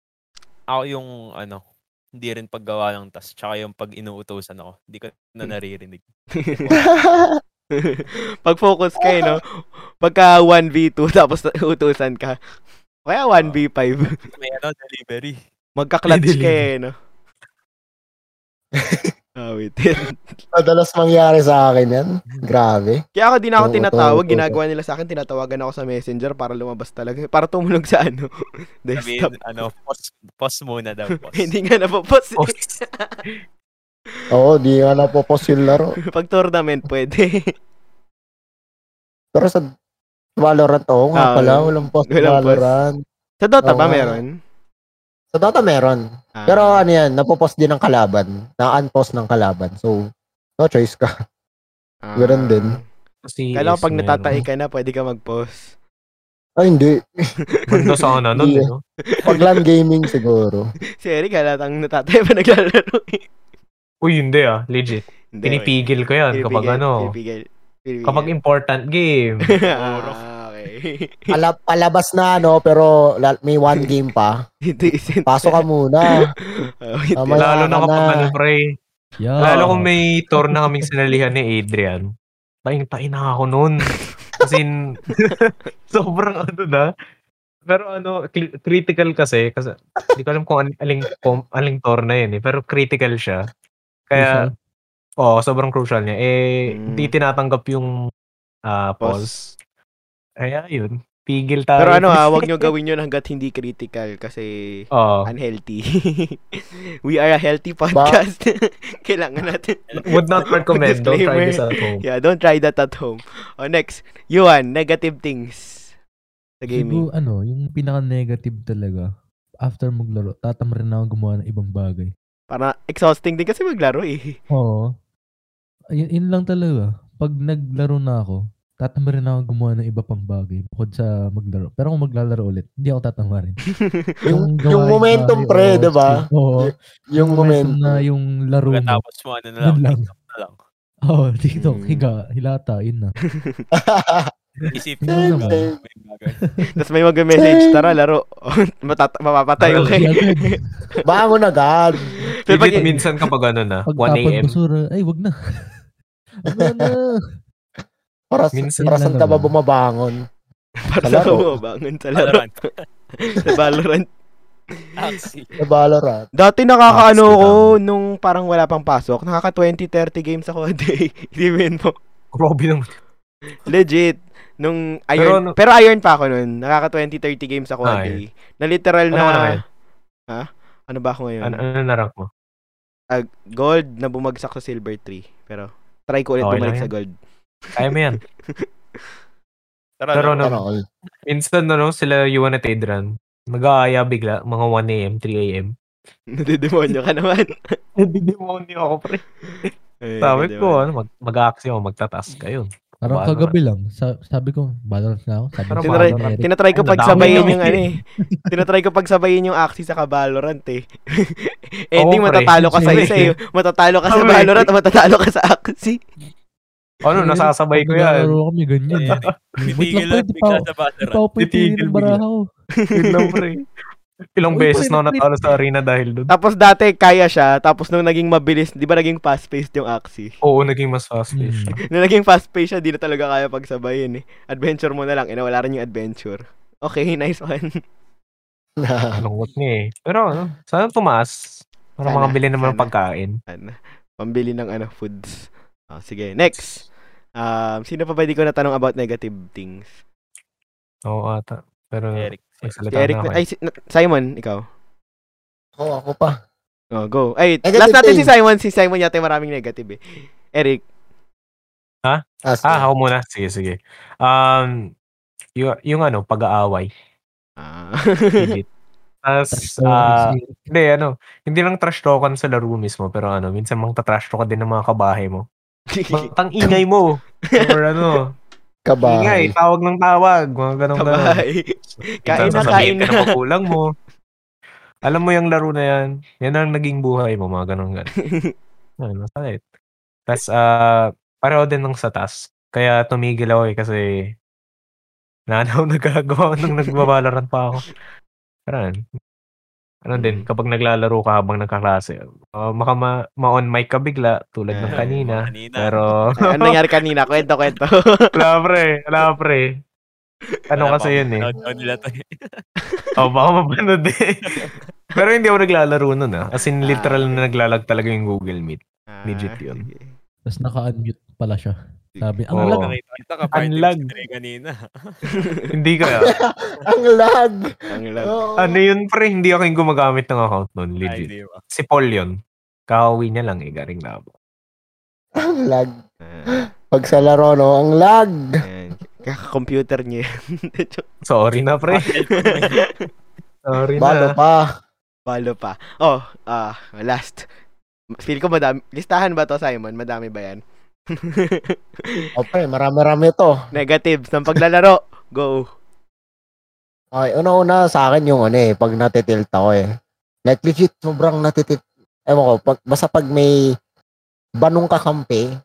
*laughs*
Ako yung ano, hindi rin paggawa ng task. Tsaka yung pag inuutosan ako. Hindi ko na
Hmm.
naririnig.
Pag-focus ka, eh, no? Pagka 1v2, *laughs* tapos utusan ka. Kaya 1v5.
May ano, delivery.
*laughs*
Magka-clutch
Hindi
ka, eh,
*laughs*
no? Ah, wait. *laughs*
Madalas mangyari sa akin yan. Grabe.
Kaya ako din ako
Oo,
tinatawag,
tama, tama.
ginagawa nila sa akin, tinatawagan ako sa messenger para lumabas talaga, para tumulog sa ano, *laughs* desktop.
Sabihin, ano, pause, pause muna
*laughs*
daw. Pause.
Hindi nga napapos. eh.
Oh,
Oo, di nga napopos yung laro.
*laughs* Pag tournament, pwede. *laughs*
Pero sa Valorant,
Ah,
oo nga pala.
wala.
Walang post
Walang post.
Valorant.
sa Dota
Oo
ba
nga.
meron?
Sa Dota meron.
Ah,
Pero ano yan, napopost din ng kalaban. Na-unpost ng kalaban. So, no choice ka.
ah.
ganun din.
si
Kala ko pag
Ace,
natatai
meron.
ka na, pwede ka mag-post. *laughs*
Ay, hindi.
Bando sa ano, nun,
Yeah.
eh, no?
Pag LAN gaming siguro.
Si Eric, halatang natatay pa naglalaro. *laughs* eh.
Uy, hindi ah. Legit.
Hindi.
Pinipigil ko yan kapag
Pinipigil,
ano.
Pinipigil. Pinipigil.
Kapag important game.
*laughs* ah, okay. *laughs*
Ala, palabas na, no? Pero la- may one game pa.
Ito isin.
Pasok
*laughs*
ka muna.
Oh, wait.
Tama. Wala
Lalo na
ka
kapag
na.
ano, pre.
Yeah.
Lalo kung may tour na kaming sinalihan ni Adrian. Paing-pain na ako noon. As in, *laughs* sobrang ano na. Pero ano, cl- critical kasi. Kasi hindi ko alam kung an- aling, kung aling tour na yun eh. Pero critical siya. Kaya, oo, sobrang crucial niya. Eh,
Mm.
hindi tinatanggap yung ah
Pause.
pause. Kaya yun, pigil tayo.
Pero ano *laughs* ah, wag nyo gawin yun hanggat hindi critical kasi
*laughs* Oo.
unhealthy. *laughs* We are a healthy podcast. *laughs* Kailangan natin.
would not recommend. Don't try this at home.
Yeah, don't try that at home. Oh, next. Yuan, negative things sa gaming.
Siguro, ano, yung pinaka-negative talaga, after maglaro, tatamrin na ako gumawa ng ibang bagay.
Para exhausting din kasi maglaro eh. *laughs*
Oo. Yun, yun lang talaga. Pag naglaro na ako, tatamarin na ako gumawa ng iba pang bagay bukod sa maglaro. Pero kung maglalaro ulit, hindi ako
*laughs*
tatamarin.
Yung,
gawain
yung momentum,
bahay,
pre,
oo,
di ba?
Oo.
Yung momentum.
na yung laro mo.
Pagkatapos mo, ano na lang,
Yun lang.
TikTok na lang.
Oo, TikTok,
Hmm.
Mm.
higa, hilata,
*laughs*
yun na.
Isipin
Yun
mo
lang
na
naman.
may bagay.
Tapos may mag-message, tara, laro. *laughs* Matata- mapapatay
Laro,
okay.
Agad,
Bangon agad.
Pero pag,
Legit, minsan kapag ano na, 1
Pagtapag
a.m.
basura, ay, wag na. *laughs* ano na?
Para,
Minsan
para
lang
saan ka ba
naman.
bumabangon?
*laughs* para
sa
sa
laro.
kumabangon sa laro.
Valorant.
sa Valorant.
Axie.
Sa Valorant.
*laughs* Dati nakakaano
Tapos,
ko nung parang wala pang pasok. Nakaka 20-30 games ako a day. *laughs* Isipin mo.
Grabe naman.
Legit. Nung
Pero
iron, pero,
ano-
iron pa ako nun. Nakaka 20-30 games ako a
Ah,
day. Na literal na,
Ano ka na ngayon?
ha? Ano ba ako ngayon?
Ano, ano na rank mo?
Ah, gold na bumagsak sa silver 3. Pero try ko ulit
Okay
bumalik
lang
sa gold. *laughs*
Kaya mo yan.
Tara,
Pero no,
na.
Ano, all.
minsan ano, sila Yuan at Adrian, mag-aaya bigla, mga 1 a.m., 3 a.m.
Nadidemonyo ka naman.
Nadidemonyo ako, pre. *laughs* Sabi
Ayun,
ko,
diba?
ano, mag- mag-aaksi ako, magtatask kayo.
Parang
Valorant.
kagabi lang. Sa- sabi ko, Valorant na ako. Sabi ko,
Pero
Tinatry,
Valorant, Eric.
tinatry ko
Ang dami
pagsabayin
naman
yung
eh.
ano eh. Tinatry ko pagsabayin yung Axie sa Valorant eh. *laughs* Ending
Oo, pre.
matatalo ka sa
Same
isa eh. Matatalo ka sa
Tama eh.
Valorant o matatalo ka sa Axie.
Ano,
Eric,
nasasabay
pag
ko yan.
naglalaro kami, ganyan.
Ayan,
Wait lang,
Titigil
pre,
lang
di pa,
bigla sa
di pa
Valorant.
ako pinitigil
Titigil
ng baraha ko.
Yun lang, pre. *laughs* Ilang
Uy,
beses
pre,
na ako
pre.
natalo sa arena dahil doon.
Tapos dati kaya siya, tapos nung naging mabilis, di ba naging fast-paced yung Axie?
Oo, naging mas fast-paced.
Hmm.
*laughs* Nung naging fast-paced siya, di na talaga kaya pagsabayin eh. Adventure mo na lang, inawala rin yung adventure. Okay, *laughs* nice one.
Lungkot niya eh. Pero ano, sana tumaas. Para
Sana,
makabili naman ng
sana.
pagkain.
Ano, pambili ng ano, foods. Ah, sige, next. Um, sino pa ba di ko natanong about negative things?
Oo ata. Pero
Eric.
Si
nagsalita
Eric,
na ako.
na-
eh.
ay, si- na- Simon, ikaw.
Oo, ako pa.
Oh, go. Ay,
Negative
last natin si
thing.
Simon. Si Simon yata maraming negative eh. Eric,
Ah,
Ah,
sige.
ako muna. Sige, sige. Um, yung, yung ano, pag-aaway.
ah, *laughs*
Legit. Tapos, ah, hindi, ano, hindi lang trash talkan sa laro mismo, pero ano, minsan mang tatrash talk ka din ng mga kabahe mo.
*laughs*
Matang ingay mo. Or ano, ingay,
Kabay.
tawag ng tawag, mga ganong ganon. *laughs*
Kabay. Kain na,
Minsan sasabihin
kain
ka ng
na.
magulang Ano mo. Alam mo yung laro na yan, yan ang naging buhay mo, mga ganong
*laughs*
ganon. Ano, masakit. Tapos, ah, pareho din ng sa taas. Kaya tumigil ako eh, kasi nanaw *laughs* nagagawa nung nagbabalaran pa ako. Pero ano, ano
Mm.
din, kapag naglalaro ka habang nagkaklase, uh, maka ma- on mic ka bigla, tulad ng
Eh,
kanina.
*laughs*
Kanina.
Pero,
Ay, ano nangyari kanina? Kwento, kwento.
*laughs* wala pre, wala pre. Ano
Wala pa
kasi
ako
yun eh.
pinanood nila
*laughs*
to eh.
O, Oh, baka mapanood eh. Pero hindi ako naglalaro nun ah. As
Ah,
in, literal na naglalag talaga yung Google Meet.
Ah,
Legit yun.
sige.
Tapos naka-unmute pala siya. Sabi, ang
Oo.
lag.
Nakita ka party
Ang lag.
si Dre kanina.
Hindi kaya.
Ang lag.
Ang love.
Oo.
ano yun pre, hindi ako yung gumagamit ng account nun.
Ay,
Legit.
di ba?
Si Paul yun. Kahawi niya lang eh, garing labo.
Ang lag.
Ah,
Pag sa laro, no? Ang lag.
ayan. Kaka-computer niya. eh.
Sorry na pre. Sorry
Balo
na.
pa.
Palo pa. Oh, ah, last. Feel ko madami. Listahan ba to, Simon? Madami ba yan?
Okay, Oh, marami-rami to.
Negatives ng paglalaro. *laughs* Go.
Okay, una-una sa akin yung ano eh, pag natitilt ako eh. Like legit, sobrang natitilt. Ewan ko, pag, basta pag may banong kakampi,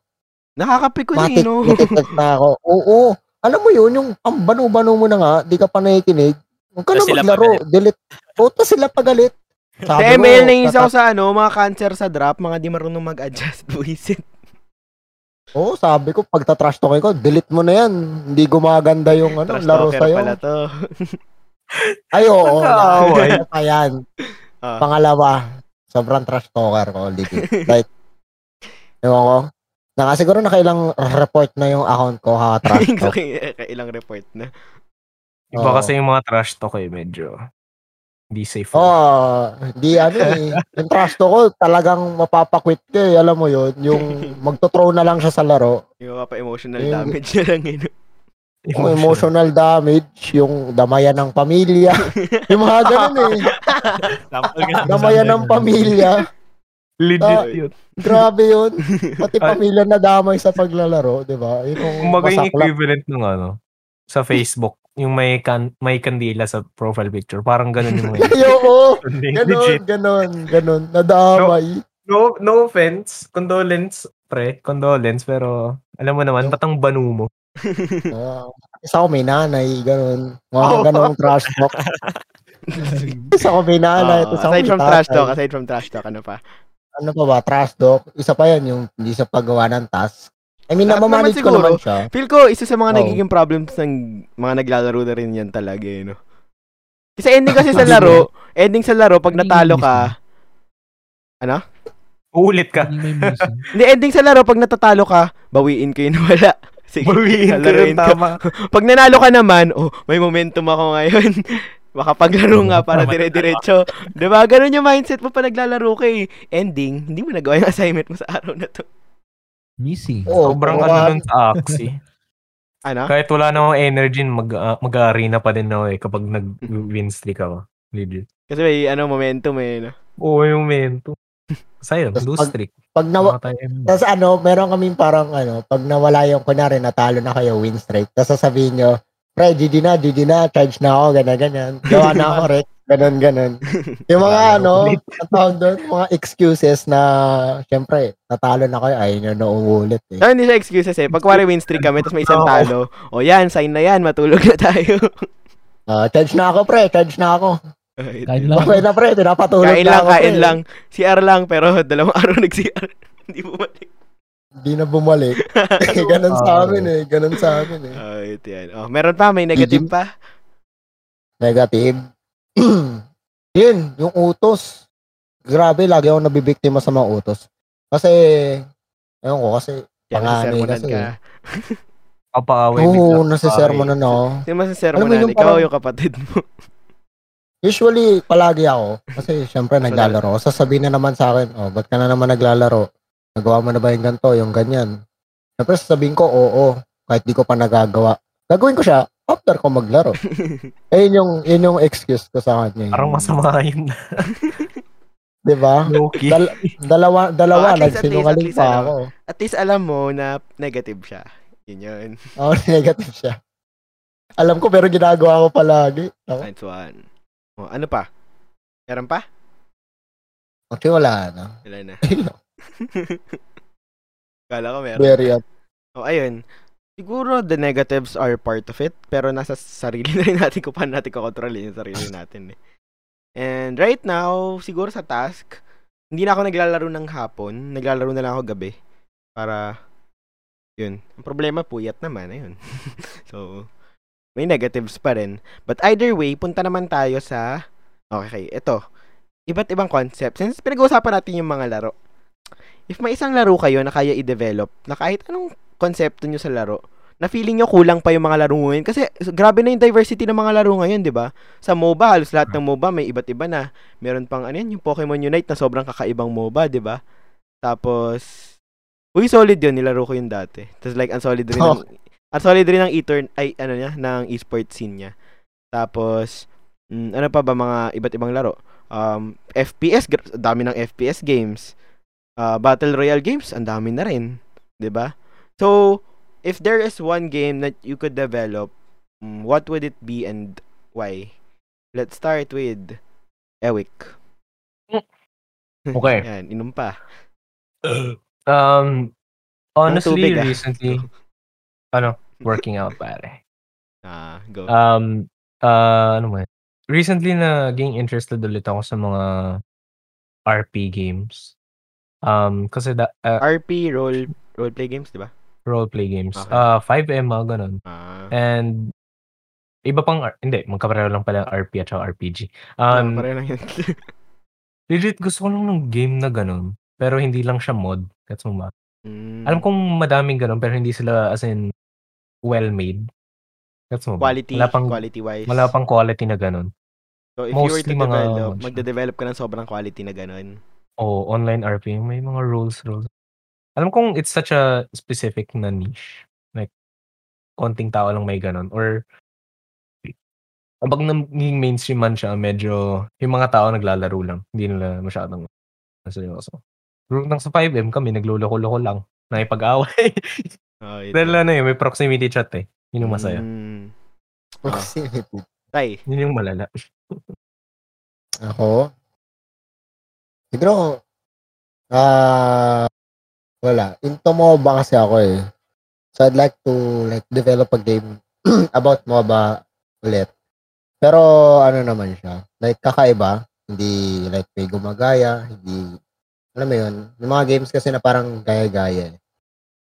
Nakakapikon eh,
matik,
no?
natitilt na ako. Oo, alam mo yun, yung ang bano-bano mo na nga, di ka pa nakikinig. Huwag ka na
Tas sila
maglaro, delete. O, tas sila pagalit.
Sa
Sabi mo,
ML, nainis ako
tatat-
sa ano, mga cancer sa drop, mga di marunong mag-adjust, *laughs* buisit.
Oo, sabi ko, pag tatrash talking ko, delete mo na yan. Hindi gumaganda yung ano,
Trash
laro
talker
sa'yo.
pala to.
Ay, oo.
Nakakaaway.
Ano pa yan.
*laughs* Ah.
Pangalawa, sobrang trash talker ko, legit. Like, ewan ko, naka, siguro nakailang report na yung account ko, ha,
*laughs*
trash
So,
talk.
ilang report na.
Iba
Oo.
kasi yung mga trash talk eh, medyo. Hindi safe.
Oo, oh, di ano eh. Yung trash talk ko, talagang mapapakwit ka eh, alam mo yun.
*laughs*
Yung magto-throw na lang siya sa laro.
Yung mga pa-emotional
Ayun.
damage na lang yun.
Yung emotional damage, yung damayan
*laughs*
ng pamilya. yung mga ganun eh.
Sample ka na.
Damayan ng pamilya. Ah,
Legit yun.
Grabe yun. Pati
Ay.
pamilya na damay sa paglalaro, di ba? Yun yung
Kumbaga yung
*laughs* masaklap.
equivalent ng ano, sa Facebook, yung may, kan- may kandila sa profile picture. Parang ganun yung may
Ayoko. *laughs* Ganon,
legit.
ganon, ganon. Nadamay.
No, no offense. Condolence, pre. Condolence. Pero, alam mo naman, patang banu mo.
*laughs*
Ah, isa ko may nanay, ganon. Mga
Oh.
ganong trash talk. Isa ko may nanay,
Oo,
isa ko may
Oh, aside from trash
tatay.
talk, aside from trash talk, ano pa?
Ano pa ba, trash talk? Isa pa yan, yung hindi sa paggawa ng task. I mean,
Lahat naman
namamanage ko
siguro.
naman siya.
Feel ko, isa sa
Oh.
mga
Oo.
nagiging problems ng mga naglalaro na rin yan talaga, eh, no? Kasi ending kasi
*laughs* Ano
sa laro, ending sa laro, pag natalo ka,
Uulit
*laughs*
ka.
Hindi may missing.
hindi, ending sa laro, pag natatalo ka, bawiin ko yun, *laughs* wala. Sige,
Bawiin ka
lalaruin
yung tama.
Pag nanalo ka naman, oh, may momentum ako ngayon. *laughs* Makapaglaro nga para dire-diretso. 'Di ba? Ganun yung mindset mo pa naglalaro ka eh. Ending, hindi mo nagawa yung *laughs* assignment mo sa araw na to.
Missing.
*laughs* Oo,
Sobrang
oo,
ano
ah,
nun sa Axie.
Ano?
Kahit wala na akong energy, mag, ah, mag-arena pa din ako eh kapag nag-win streak ako. Legit.
Kasi may ano momentum eh. No?
Oo, yung mento. Sayang,
Tas
lose
pag-
streak.
Pag nawa,
Mga tayo-
Tapos ano, meron kaming parang ano, pag nawala yung kunwari, natalo na kayo, win straight. Tapos sasabihin nyo, pre, GG na, GG na, charge na ako, gano'n, gano'n. Gawa na ako, Rick. Ganon, ganon. Yung mga ano, ang tawag doon, mga excuses na, syempre, natalo na kayo, ayaw nyo na umulit eh.
Ah, hindi siya excuses eh. Pag kuwari win streak kami tapos may isang talo. O yan, sign na yan, matulog na tayo. *laughs*
Ah, charge na ako, pre, charge na ako. *laughs*
Ay,
Kain lang.
Okay na, pre, pinapatulog
kain lang,
na ako, eh.
kain
pre.
lang. CR lang, pero *laughs* dalawang araw nag-CR. hindi bumalik.
Hindi na bumalik. ganon sa amin eh, ganon sa amin eh.
Oh, ito yan. Oh, meron pa, may negative pa.
*clears throat* Negative. Yun, yung utos. grabe, lagi ako nabibiktima sa mga utos. Kasi, ayun ko, kasi,
Yan,
Panganay
sermonan
kasi.
ka.
Papaaway
oo,
bigla.
nasisermonan ako.
Sino mas
Alam mo
sermonan?
Ano yung
Ikaw o
parang-
yung kapatid mo? *laughs*
Usually, palagi ako. Kasi, syempre,
Wala.
naglalaro. ako. Sasabihin na naman sa akin, oh, ba't ka na naman naglalaro? Nagawa mo na ba yung ganito, yung ganyan? Syempre, sasabihin ko, oo. Kahit di ko pa nagagawa. Gagawin ko siya after ko maglaro. eh, yun yung, yun yung excuse ko sa kanya.
Parang masama
*laughs*
yun.
Di ba?
Loki.
Dal- dalawa,
Oh, at least, at
dalawa,
least,
nagsinungaling
at least, ano.
pa ako.
At least alam mo na negative siya. Yun yun.
Oo, *laughs* negative siya. Alam ko, pero ginagawa ko palagi. Ako,
Nice one. Oh, ano pa? Meron pa?
okay, wala na.
Wala na. Kala ko meron.
*laughs* Very up.
Oh, ayun. Siguro the negatives are part of it, pero nasa sarili na rin natin kung paano natin kakontrol yung sarili natin. Eh. And right now, siguro sa task, hindi na ako naglalaro ng hapon, naglalaro na lang ako gabi para yun. Ang problema puyat naman, ayun. *laughs* so, may negatives pa rin. But either way, punta naman tayo sa okay, ito. Iba't ibang concept. Since pinag-uusapan natin yung mga laro, if may isang laro kayo na kaya i-develop, na kahit anong konsepto nyo sa laro, na feeling nyo kulang pa yung mga laro ngayon. Kasi s- grabe na yung diversity ng mga laro ngayon, di ba? Sa MOBA, halos lahat ng MOBA may iba't iba na. Meron pang ano yun, yung Pokemon Unite na sobrang kakaibang MOBA, di ba? Tapos, uy, solid yun, nilaro ko yun dati. Tapos like, ang solid rin
Oh.
ng, ang solid rin ng etern, ay, ano niya, ng e-sport scene niya. Tapos, mm, ano pa ba mga iba't ibang laro? Um, FPS, gra- dami ng FPS games. Ah, Battle Royale games, ang dami na rin. 'di ba? So, if there is one game that you could develop, mm, what would it be and why? Let's start with Ewick.
Okay.
*laughs* Yan, inom pa.
Um, honestly,
tubig, ah.
recently, ano, working out,
*laughs*
pare.
Ah, go.
Um, uh, ano man. Recently, naging interested ulit ako sa mga RP games. Um, kasi da, uh,
RP role roleplay games, 'di ba?
roleplay games.
Okay.
Uh, 5M, mga ganun.
Ah.
And, iba pang, R- hindi, magkapareho lang pala ang RP at saka RPG. Um,
pare *laughs* lang yun.
legit, gusto ko lang ng game na ganun. Pero hindi lang siya mod. Gets mo ba?
Mm,
Alam kong madaming ganun, pero hindi sila, as in, well-made. Gets mo ba?
quality,
Wala pang,
quality wise.
wala pang quality na ganun.
so, if you were to
mostly mga-
develop, magde-develop ka ng sobrang quality na ganun.
Oh, online RP, may mga rules, rules. Alam kong it's such a specific na niche. Like, konting tao lang may ganun. Or, kapag naging mainstream man siya, medyo, yung mga tao naglalaro lang. Hindi nila masyadong seryoso. Root ng sa 5M kami, nagluloko-loko lang. Nakipag-away. *laughs*
Oh, ito.
Dahil ano eh, may proximity chat eh. Yun yung masaya.
Mm,
*laughs* Proximity.
tay,
Yun yung malala.
Ako? Siguro, ah, wala. Into MOBA kasi ako eh. So I'd like to like develop a game *clears throat* about MOBA ulit. Pero ano naman siya, like kakaiba, hindi like may gumagaya, hindi, alam mo yun, yung mga games kasi na parang gaya-gaya eh.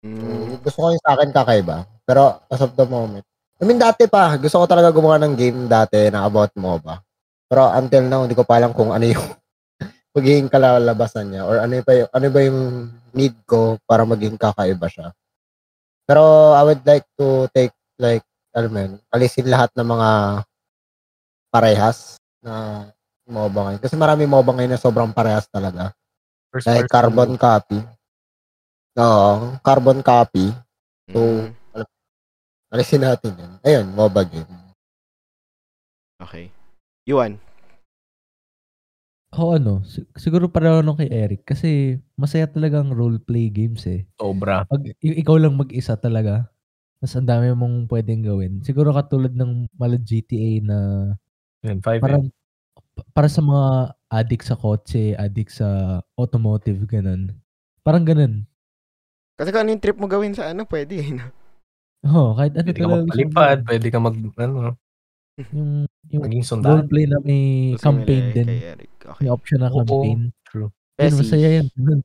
mm,
Gusto ko yung sa akin kakaiba. Pero as of the moment. I mean, dati pa. Gusto ko talaga gumawa ng game dati na about MOBA. Pero until now, hindi ko pa alam kung ano yung *laughs* pagiging kalalabasan niya or ano, pa yung, ano ba yung need ko para maging kakaiba siya. Pero I would like to take like, alam mo yun, alisin lahat ng mga parehas na MOBA ngayon. Kasi marami MOBA ngayon na sobrang parehas talaga.
First
Dahil
person.
carbon copy. Oo, carbon copy.
mm,
Alisin natin yun. Ayun, MOBA game.
okay. Yuan.
Ako ano, si- siguro pareho nung kay Eric kasi masaya talaga ang role-play games eh.
Sobra.
Pag i- ikaw lang mag-isa talaga, mas ang dami mong pwedeng gawin. Siguro katulad ng mala GTA na
Yun, 5M.
parang pa- para sa mga addict sa kotse, addict sa automotive, ganun. Parang ganun.
Kasi kung ano yung trip mo gawin sa ano, pwede. eh, no?
Oo, kahit ano
pwede ka
talaga. gusto mo
magpalipad, pwede ka mag, ano,
Yung, yung
maging sundalo.
roleplay na may
Gusto mo
campaign
nila
din.
eh, kay Eric. Okay.
May option na
Oo.
campaign.
True.
Yun,
Bessie.
masaya yan. Ganun.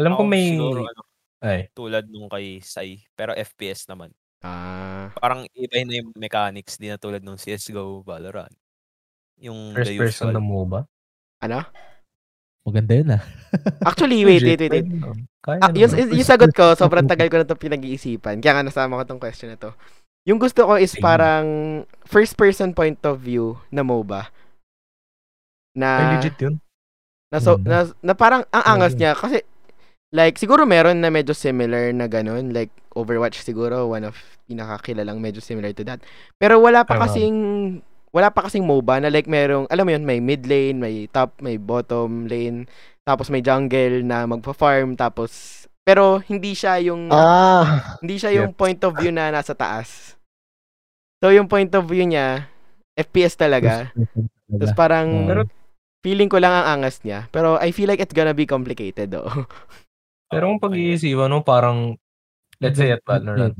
Alam ko
Ako
may,
siguro, ano,
ay,
tulad nung kay Sai, pero FPS naman.
Ah,
Parang iba na yung mechanics, di na tulad nung CSGO, Valorant. Yung
First
the
person
usual.
na MOBA?
Ano?
Maganda yun ah.
*laughs* Actually, wait, wait, wait. wait.
Kaya
Ah, yung,
naman.
yung, yung sagot ko, sobrang tagal ko na itong pinag-iisipan. Kaya nga nasama ko itong question na to. Yung gusto ko is
Same.
parang first-person point of view na MOBA.
Ay,
Na,
legit yun.
na, so,
Ganda.
na, na parang ang angas
Ganda.
niya. Kasi, like, siguro meron na medyo similar na ganun. Like, Overwatch siguro, one of pinakakilalang medyo similar to that. Pero wala pa
Tama.
kasing wala pa kasing MOBA na like merong, alam mo yun, may mid lane, may top, may bottom lane, tapos may jungle na magpa-farm, tapos, pero hindi siya yung,
Ah,
hindi siya yung point of view na nasa taas. So, yung point of view niya, FPS talaga. Tapos parang,
Oo. Pero-
feeling ko lang ang angas niya. Pero I feel like it's gonna be complicated, though.
Pero kung pag-iisipan mo, parang, let's say at Valorant,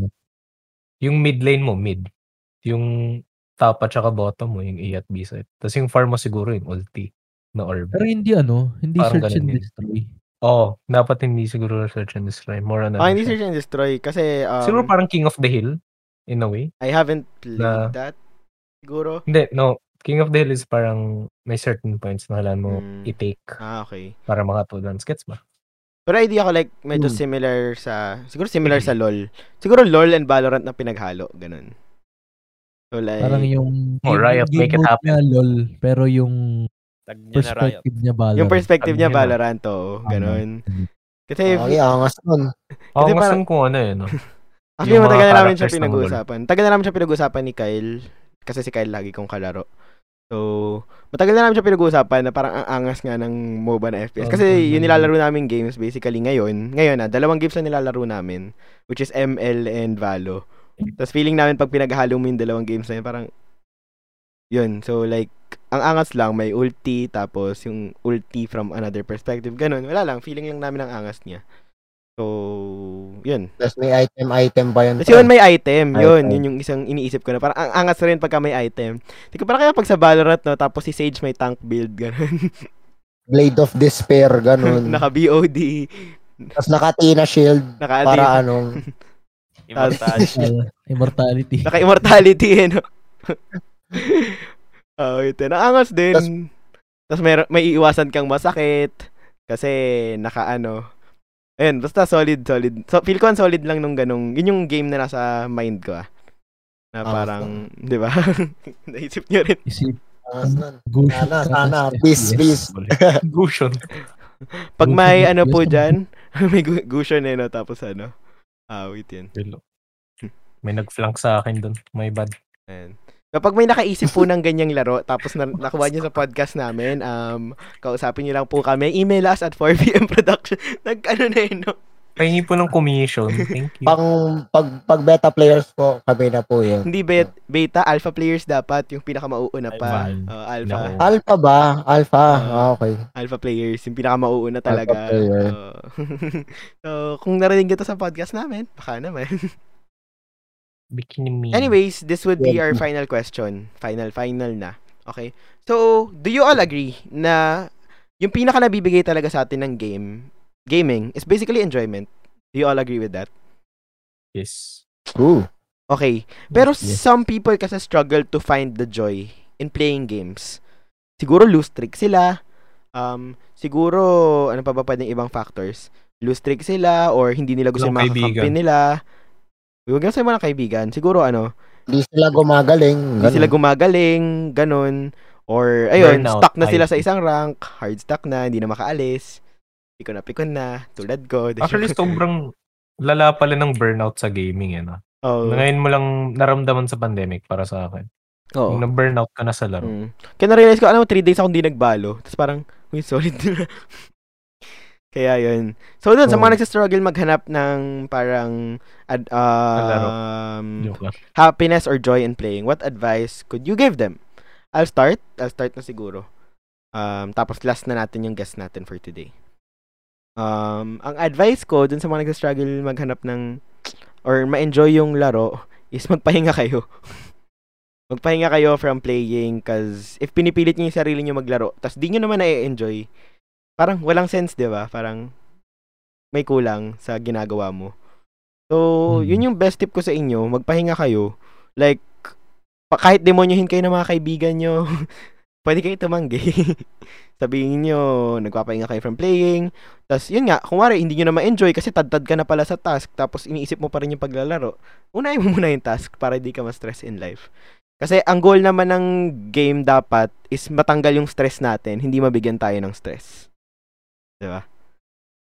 yung mid lane mo, mid. Yung top at saka bottom mo, yung A at B side. Tapos yung farm mo siguro yung ulti na orb.
Pero hindi ano, hindi
Parang
search and
ganun yun.
destroy.
Oo, dapat hindi siguro search and destroy. More on ano
Ah, hindi
siya.
search and destroy. Kasi, um,
Siguro parang King of the Hill, in a way.
I haven't played
Na-
that. Siguro.
Hindi, no. King of the Hill is parang may certain points na kailangan mo
Hmm.
i-take
Ah, okay.
para makatulad. Gets ba?
Pero idea ko like medyo similar sa siguro similar sa LoL. Siguro LoL and Valorant na pinaghalo, ganun. So like
Parang yung,
Oh,
yung
Riot,
game
make it
mode
happen.
niya, lol, pero yung
Tag niya na riot.
perspective niya Valorant.
yung perspective niya
Ano yun, ah?
Valorant to, ganun. Kasi
okay, angas nun.
Oo,
Kasi
gusto
parang-
kung ano
*laughs*
yun. No?
actually
yung mga
matagal na namin siya
characters ng
pinag-uusapan. Tagal na namin siya pinag-uusapan ni Kyle kasi si Kyle lagi kong kalaro. So, matagal na namin siya pinag-uusapan na parang ang angas nga ng MOBA na FPS.
Oh,
Mm-hmm.
Kasi yun
ganun.
nilalaro namin games basically ngayon. Ngayon na, dalawang games na nilalaro namin which is ML and Valo. Tapos feeling namin pag pinaghalo mo yung dalawang games na yun, parang yun. So like, ang angas lang, may ulti, tapos yung ulti from another perspective, ganun. Wala lang, feeling lang namin ang angas niya. So, yun.
Tapos may item-item pa yun.
Kasi yun may item, yun,
Item.
yun yung isang iniisip ko na parang ang angas rin pagka may item. Hindi ko parang kaya pag sa Valorant no, tapos si Sage may tank build ganun.
Blade of Despair,
*laughs*
ganun.
naka BOD,
Tapos nakatina shield
naka
para ano.
Immortality.
Immortal- immortality.
naka immortality eh, no. *laughs* Oh, ito na angas din. Tapos may may iiwasan kang masakit kasi naka ano. Ayun, basta solid solid. So, feel ko ang solid lang nung ganung. Yun yung game na nasa mind ko ah. Na
Angas
parang, di ba? *laughs* Naisip niyo rin.
Isip,
Angas nun.
go shoot
Sana,
ka
sana.
sa
Please,
FPS.
please.
Gusion.
Pag
Gusion
may
yung
ano po
PS1.
dyan, *laughs* may gu- gusion eh, no? Tapos ano, awit yan.
May nag-flank sa akin dun. My bad.
Ayan. Kapag may nakaisip po ng ganyang laro, *laughs* tapos na- nakuha niyo sa podcast namin, um, kausapin niyo lang po kami. Email us at 4pm *laughs* production. Nag, ano na yun, no?
Pahingi po ng commission. Thank you.
Pang, pag, pag beta players po, kami na po yun.
Hindi bet, beta, alpha players dapat, yung pinaka mauuna pa.
Alpha.
Oo, alpha.
Naku.
Alpha ba? Alpha.
Oo.
Ah, okay.
Alpha players, yung pinaka mauuna talaga.
Alpha player.
Oo. *laughs* so, kung narinig nyo to sa podcast namin, baka naman.
Bikini me.
Anyways, this would be
Yeah.
our final question. Final, final na. Okay? So, do you all agree na yung pinaka nabibigay talaga sa atin ng game, gaming, is basically enjoyment? Do you all agree with that?
Yes.
Ooh.
Okay. Pero
Yes.
some people kasi struggle to find the joy in playing games. Siguro lose streak sila. Um, siguro, ano pa ba pwedeng ibang factors? Lose streak sila or hindi nila gusto yung
Walang
mga kakampi
kaibigan.
nila. Huwag lang sa mga kaibigan. Siguro ano,
Hindi sila gumagaling.
Hindi
Ganun.
sila gumagaling, ganun. Or, ayun,
Burnout,
stuck na sila
I
sa
see.
isang rank, hard stuck na, hindi na makaalis. Pikon na pikon na, tulad ko. *laughs* di ba?
Actually, sobrang lala pala ng burnout sa gaming. Eh, no?
Oo.
Ngayon mo lang naramdaman sa pandemic para sa akin.
Oo.
Yung na-burnout ka na sa laro.
Mm. Kaya na-realize ko, alam mo, 3 days ako hindi nagbalo. Tapos parang, uy, solid na. *laughs* Kaya yun. So, dun, sa
Oo.
mga nagsistruggle maghanap ng parang ad,
Kalaro.
um,
Joke lang.
happiness or joy in playing, what advice could you give them? I'll start. I'll start na siguro. Um, tapos last na natin yung guest natin for today. Um, ang advice ko dun sa mga nagsastruggle maghanap ng or ma-enjoy yung laro *laughs* is magpahinga kayo. *laughs* magpahinga kayo from playing cause if pinipilit niyo yung sarili niyo maglaro tas di niyo naman na-enjoy, parang walang sense, di ba? Parang may kulang sa ginagawa mo. So,
Hmm.
yun yung best tip ko sa inyo. Magpahinga kayo. Like, pa- kahit demonyohin kayo ng mga kaibigan nyo, *laughs* pwede kayo tumanggi. *laughs* Sabihin nyo, nagpapahinga kayo from playing. Tapos, yun nga, kung wari, hindi nyo na ma-enjoy kasi tad-tad ka na pala sa task. Tapos, iniisip mo pa rin yung paglalaro. Unahin mo *laughs* muna yung task para hindi ka ma-stress in life. Kasi, ang goal naman ng game dapat is matanggal yung stress natin. Hindi mabigyan tayo ng stress. Diba?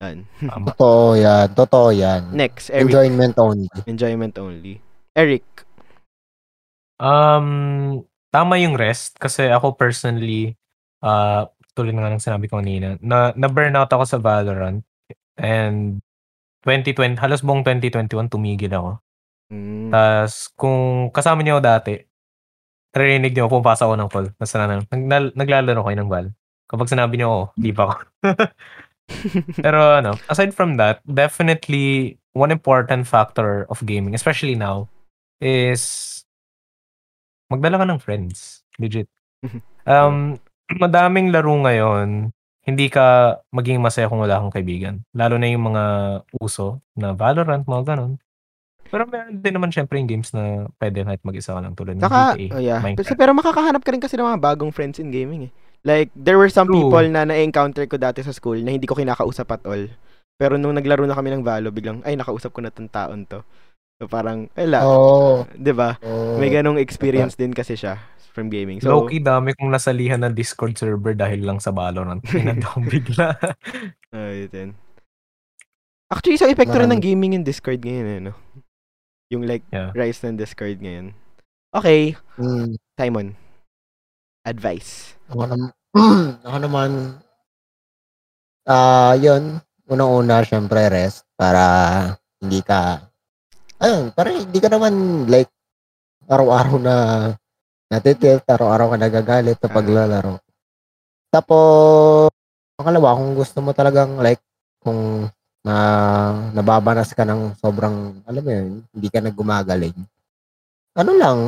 Yan.
Tama.
Totoo yan. Totoo yan.
Next, Eric.
Enjoyment only.
Enjoyment only. Eric.
Um, tama yung rest kasi ako personally, uh, tuloy na nga ng sinabi ko kanina, na, na-burnout ako sa Valorant and 2020, halos buong 2021 tumigil ako. Ah,
Mm.
Tapos kung kasama niyo ako dati, narinig niyo ako, pumapasa ako ng call. Nasa na, nag, nal- naglalaro kayo ng Val. Kapag sinabi niyo ako, di pa ako. *laughs* Pero ano, aside from that, definitely one important factor of gaming, especially now, is magdala ka ng friends. Legit. Um, *clears throat* madaming laro ngayon, hindi ka maging masaya kung wala kang kaibigan. Lalo na yung mga uso na Valorant, mga ganun. Pero meron din naman syempre yung games na pwede kahit mag-isa ka lang tulad ng
Saka,
GTA,
oh yeah. Pero,
Minecraft.
pero makakahanap ka rin kasi ng mga bagong friends in gaming eh. Like, there were some
True.
people na na-encounter ko dati sa school na hindi ko kinakausap at all. Pero nung naglaro na kami ng Valo, biglang, ay, nakausap ko na tong taon to. So, parang,
Oh.
ala,
Oo.
'di ba
oo.
May ganong experience din kasi siya from gaming. So,
Low-key dami kong nasalihan na Discord server dahil lang sa Valorant. Pinadong bigla.
ayun oh, din. Actually, isang epekto rin ng
Marami.
gaming yung Discord ngayon eh, no? Yung like,
Yeah.
rise ng Discord ngayon. Okay,
Mm.
Simon. Advice.
Ako naman, *clears throat* ako naman, ah, yun, unang-una, syempre, rest, para hindi ka, ayun, para hindi ka naman, like, araw-araw na natitilt, araw-araw ka nagagalit sa
Ah.
paglalaro. Tapos, pangalawa, kung gusto mo talagang, like, kung na nababanas ka ng sobrang, alam mo yun, hindi ka na gumagaling. Ano lang,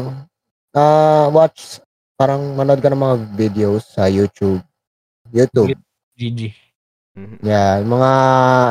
ah, watch, parang manood ka ng mga videos sa YouTube. YouTube.
GG.
Mhm.
Mm-hmm.
Yeah, yung mga,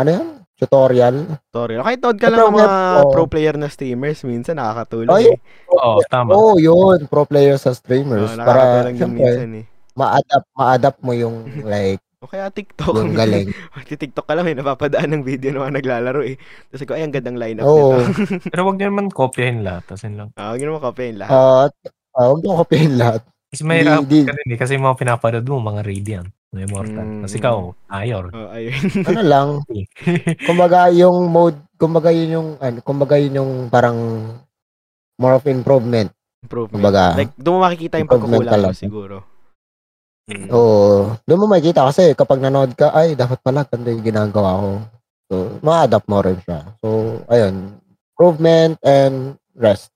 ano yan? Tutorial.
Tutorial. Kahit toad ka
Sa
lang ng mga
program, oo.
pro player na streamers, minsan nakakatulong.
Ay,
eh.
Oo, tama.
Oo, oh, yun. Pro players sa streamers.
Oo,
para,
Ah, nakakatulong din
syempre,
minsan eh.
ma-adapt, ma-adapt mo
*laughs*
yung, like,
O kaya TikTok.
yung
*laughs*
galing.
TikTok ka lang, may napapadaan ng video ng mga naglalaro eh. Tapos ako, ay, ang gandang lineup
Oo.
nito.
Pero wag niyo naman kopyahin lahat. Tapos lang.
*laughs* Ah, huwag mo kapain lahat.
Ah, uh, huwag mo kopyahin
*laughs*
lahat.
Kasi may
Hindi,
hirap
hindi.
ka din eh. Kasi yung mga pinapanood mo, mga Radiant. May Mortal.
Mm,
Kasi ikaw, Ayor.
Oh, ayun. *laughs*
Ano lang,
*laughs*
kumbaga yung mode, kumbaga yun yung, ano, kumbaga yun yung parang more of improvement.
Improvement.
Kumbaga,
like, doon mo makikita yung
improvement
pagkukulang mo
talaga.
siguro.
Oo. Doon mo makikita kasi kapag nanood ka, ay, dapat pala, ganda yung ginagawa ko. So, ma-adapt mo rin siya. So, ayun. Improvement and rest.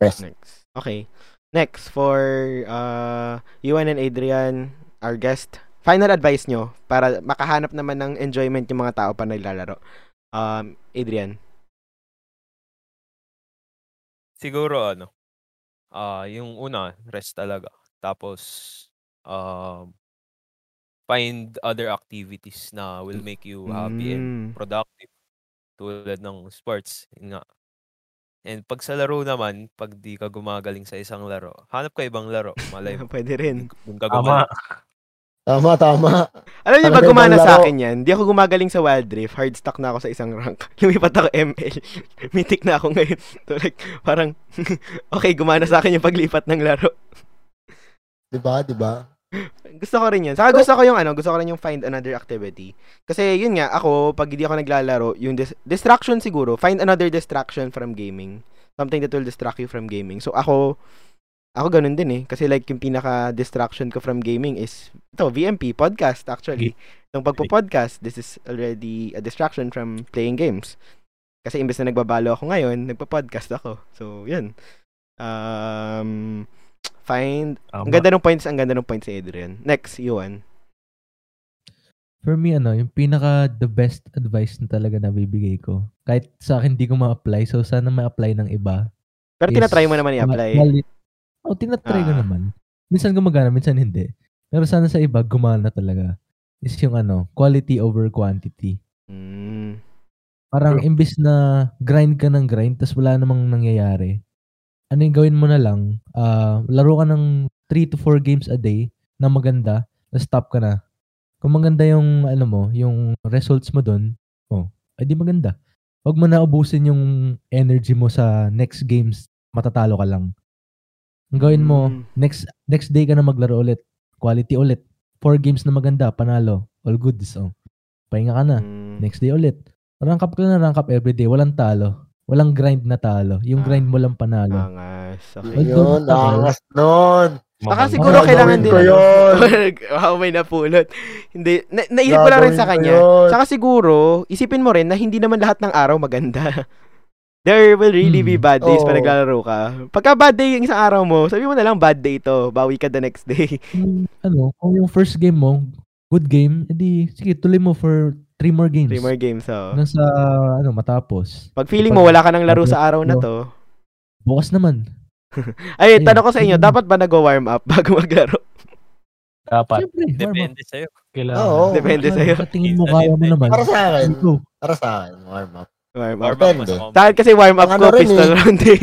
Rest.
Next. Okay. Next for uh, Yuan and Adrian, our guest. Final advice nyo para makahanap naman ng enjoyment yung mga tao pa naglalaro. Um, Adrian.
Siguro ano, ah yung una, rest talaga. Tapos, um, find other activities na will make you happy and
Mm.
productive. Tulad ng sports, yun nga. And pag sa laro naman, pag di ka gumagaling sa isang laro, hanap ka ibang laro.
*laughs*
Malay mo,
Pwede rin.
dun ka- dun ka
Tama.
gumaling.
Tama, tama.
Alam niyo ba
Talaga
gumana
ibang
sa
laro.
akin yan? Di ako gumagaling sa Wild Rift. Hard stuck na ako sa isang rank. *laughs* Lumipat ako *laughs* ML. Mythic na ako ngayon. *laughs* So like, parang, *laughs* okay, gumana sa akin yung paglipat ng laro.
Diba, diba?
Gusto ko rin yun. Saka gusto ko yung ano, gusto ko rin yung find another activity. Kasi yun nga, ako, pag hindi ako naglalaro, yung dis- distraction siguro, find another distraction from gaming. Something that will distract you from gaming. So ako, ako ganun din eh. Kasi like yung pinaka-distraction ko from gaming is, ito, VMP, podcast actually. Itong pagpo-podcast, this is already a distraction from playing games. Kasi imbes na nagbabalo ako ngayon, nagpa-podcast ako. So, yun. Um, find
Tama.
ang ganda Ah, ng points, ang ganda ng points ni Adrian. Next, Yuan.
For me, ano, yung pinaka the best advice na talaga nabibigay ko. Kahit sa akin di ko ma-apply, so sana ma-apply ng iba.
Pero
is
tinatry mo naman i-apply.
ma- mali- Oo, tinatry ko
Ah.
naman. Minsan gumagana, minsan hindi. Pero sana sa iba, gumana talaga. Is yung ano, quality over quantity.
Mm.
Parang imbis na grind ka ng grind, tas wala namang nangyayari. Ano yung gawin mo na lang? ah, laro ka ng 3 to 4 games a day na maganda, tapos stop ka na. Kung maganda yung, ano mo, yung results mo dun, oh, ay di maganda. Huwag mo na ubusin yung energy mo sa next games, matatalo ka lang. Ang gawin mo,
Mm.
next next day ka na maglaro ulit. Quality ulit. Four games na maganda, panalo. All goods. Oh. Pahinga ka na.
Mm.
Next day ulit. Rank up ka na rank up everyday. Walang talo. Walang grind na talo.
Ah.
Yung grind mo lang panalo.
Angas. Okay.
Ay,
Yun,
ganun pa ba?
angas nun.
Saka
Maganda.
siguro
Gagawin
kailangan din.
ko yun.
*laughs* wow, may napulot. Hindi, na, nailip ko lang rin sa
Gagawin
kanya.
ko yun.
Saka siguro, isipin mo rin na hindi naman lahat ng araw maganda. *laughs* There will really be
Hmm.
bad days pag
Oo.
naglalaro ka. Pagka bad day yung isang araw mo, sabi mo na lang bad day to. Bawi ka the next day. *laughs*
Kung, ano, kung yung first game mo, good game, edi sige, tuloy mo for three more games.
Three more games, so.
Hanggang sa, ano, matapos.
Pag feeling mo wala ka ng laro sa araw na to.
Bukas naman.
Ay, tanong ko sa inyo, dapat ba nag-warm up *laughs* bago maglaro?
Dapat.
Siyempre, warm up.
Depende sa'yo.
Kailangan.
Oo.
Depende
Kaya
sa'yo.
Katingin mo, kaya mo naman.
Para sa akin.
Go.
Para sa akin, warm up.
Warm up.
Warm up
Depende.
mas ako.
Dahil kasi warm up
Ang
ko,
ano rin
pistol
eh.
round eh.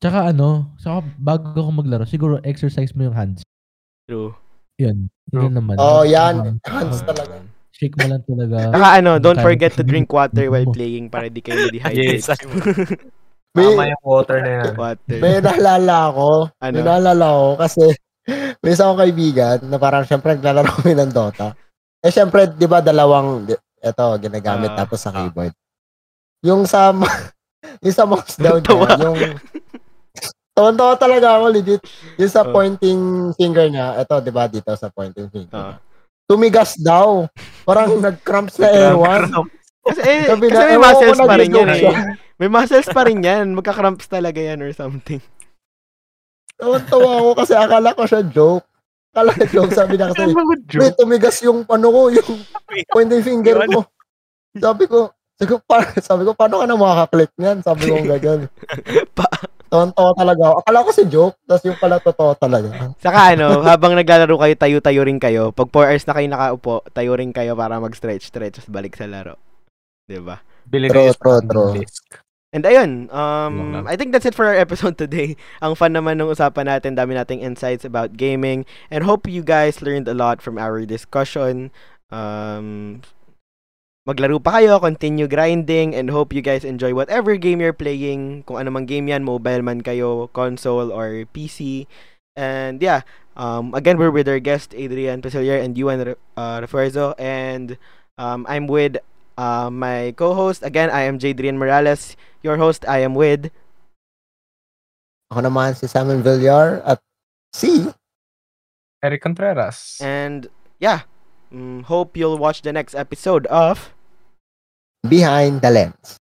Tsaka ano, saka bago ako maglaro, siguro exercise mo yung hands.
True.
Yun.
True.
Yun naman.
Oh, yan. Hands
Ah.
talaga.
Shake mo lang talaga.
*laughs*
Saka ano, don't
Tayo.
forget to drink water while playing para di kayo
*laughs*
dehydrate.
Yes.
May,
Tama yung water na yan.
water.
may naalala ako. May
Ano?
naalala ako kasi *laughs* may isa akong kaibigan na parang syempre naglalaro kami ng Dota. Eh syempre, di ba dalawang, di- eto, ginagamit
Ah,
tapos sa keyboard. Yung sa, *laughs* ma- yung sa
*laughs*
mouse down
Tawa.
niya, yung, *laughs* Tawan-tawa talaga ako, legit. Yung sa
Oh.
pointing finger niya, eto, di ba, dito sa pointing
Ah.
finger. Tumigas daw.
*laughs*
Parang nag-cramps na ewan.
Kasi, eh,
Sabi na,
kasi may
ewan ko
muscles
na
pa rin
dito
yan eh.
siya.
May muscles pa rin yan. Magka-cramps talaga yan or something.
Tawan-tawa ako kasi akala ko siya joke. Akala ko joke, sabi na kasi, Wait, tumigas yung ano ko, yung pointing finger
Yung
ko. Sabi ko, sabi ko, pa, sabi ko, paano ka na makaka-click niyan? Sabi ko, ganyan.
Pa-
Tonto talaga ako. Akala ko si joke, tapos yung pala totoo talaga.
Saka
*laughs*
ano, habang naglalaro kayo, tayo-tayo rin kayo. Pag 4 hours na kayo nakaupo, tayo rin kayo para mag-stretch-stretch tapos balik sa laro. Diba? 'Di ba?
Bili
True,
kayo sa
true, true.
disk.
And ayun,
Yun
um,
lang.
I think that's it for our episode *laughs* today. Ang fun naman ng usapan natin, dami nating insights about gaming. And hope you guys learned a lot from our discussion. Um, maglaro pa kayo, continue grinding, and hope you guys enjoy whatever game you're playing. Kung ano mang game yan, mobile man kayo, console, or PC. And yeah, um, again, we're with our guest, Adrian Pesilier, and Yuan uh, Refuerzo. And um, I'm with uh, my co-host. Again, I am Jadrian Morales your host I am with.
Ako naman si Simon Villar at si
Eric Contreras.
And yeah, mm, hope you'll watch the next episode of
Behind the Lens.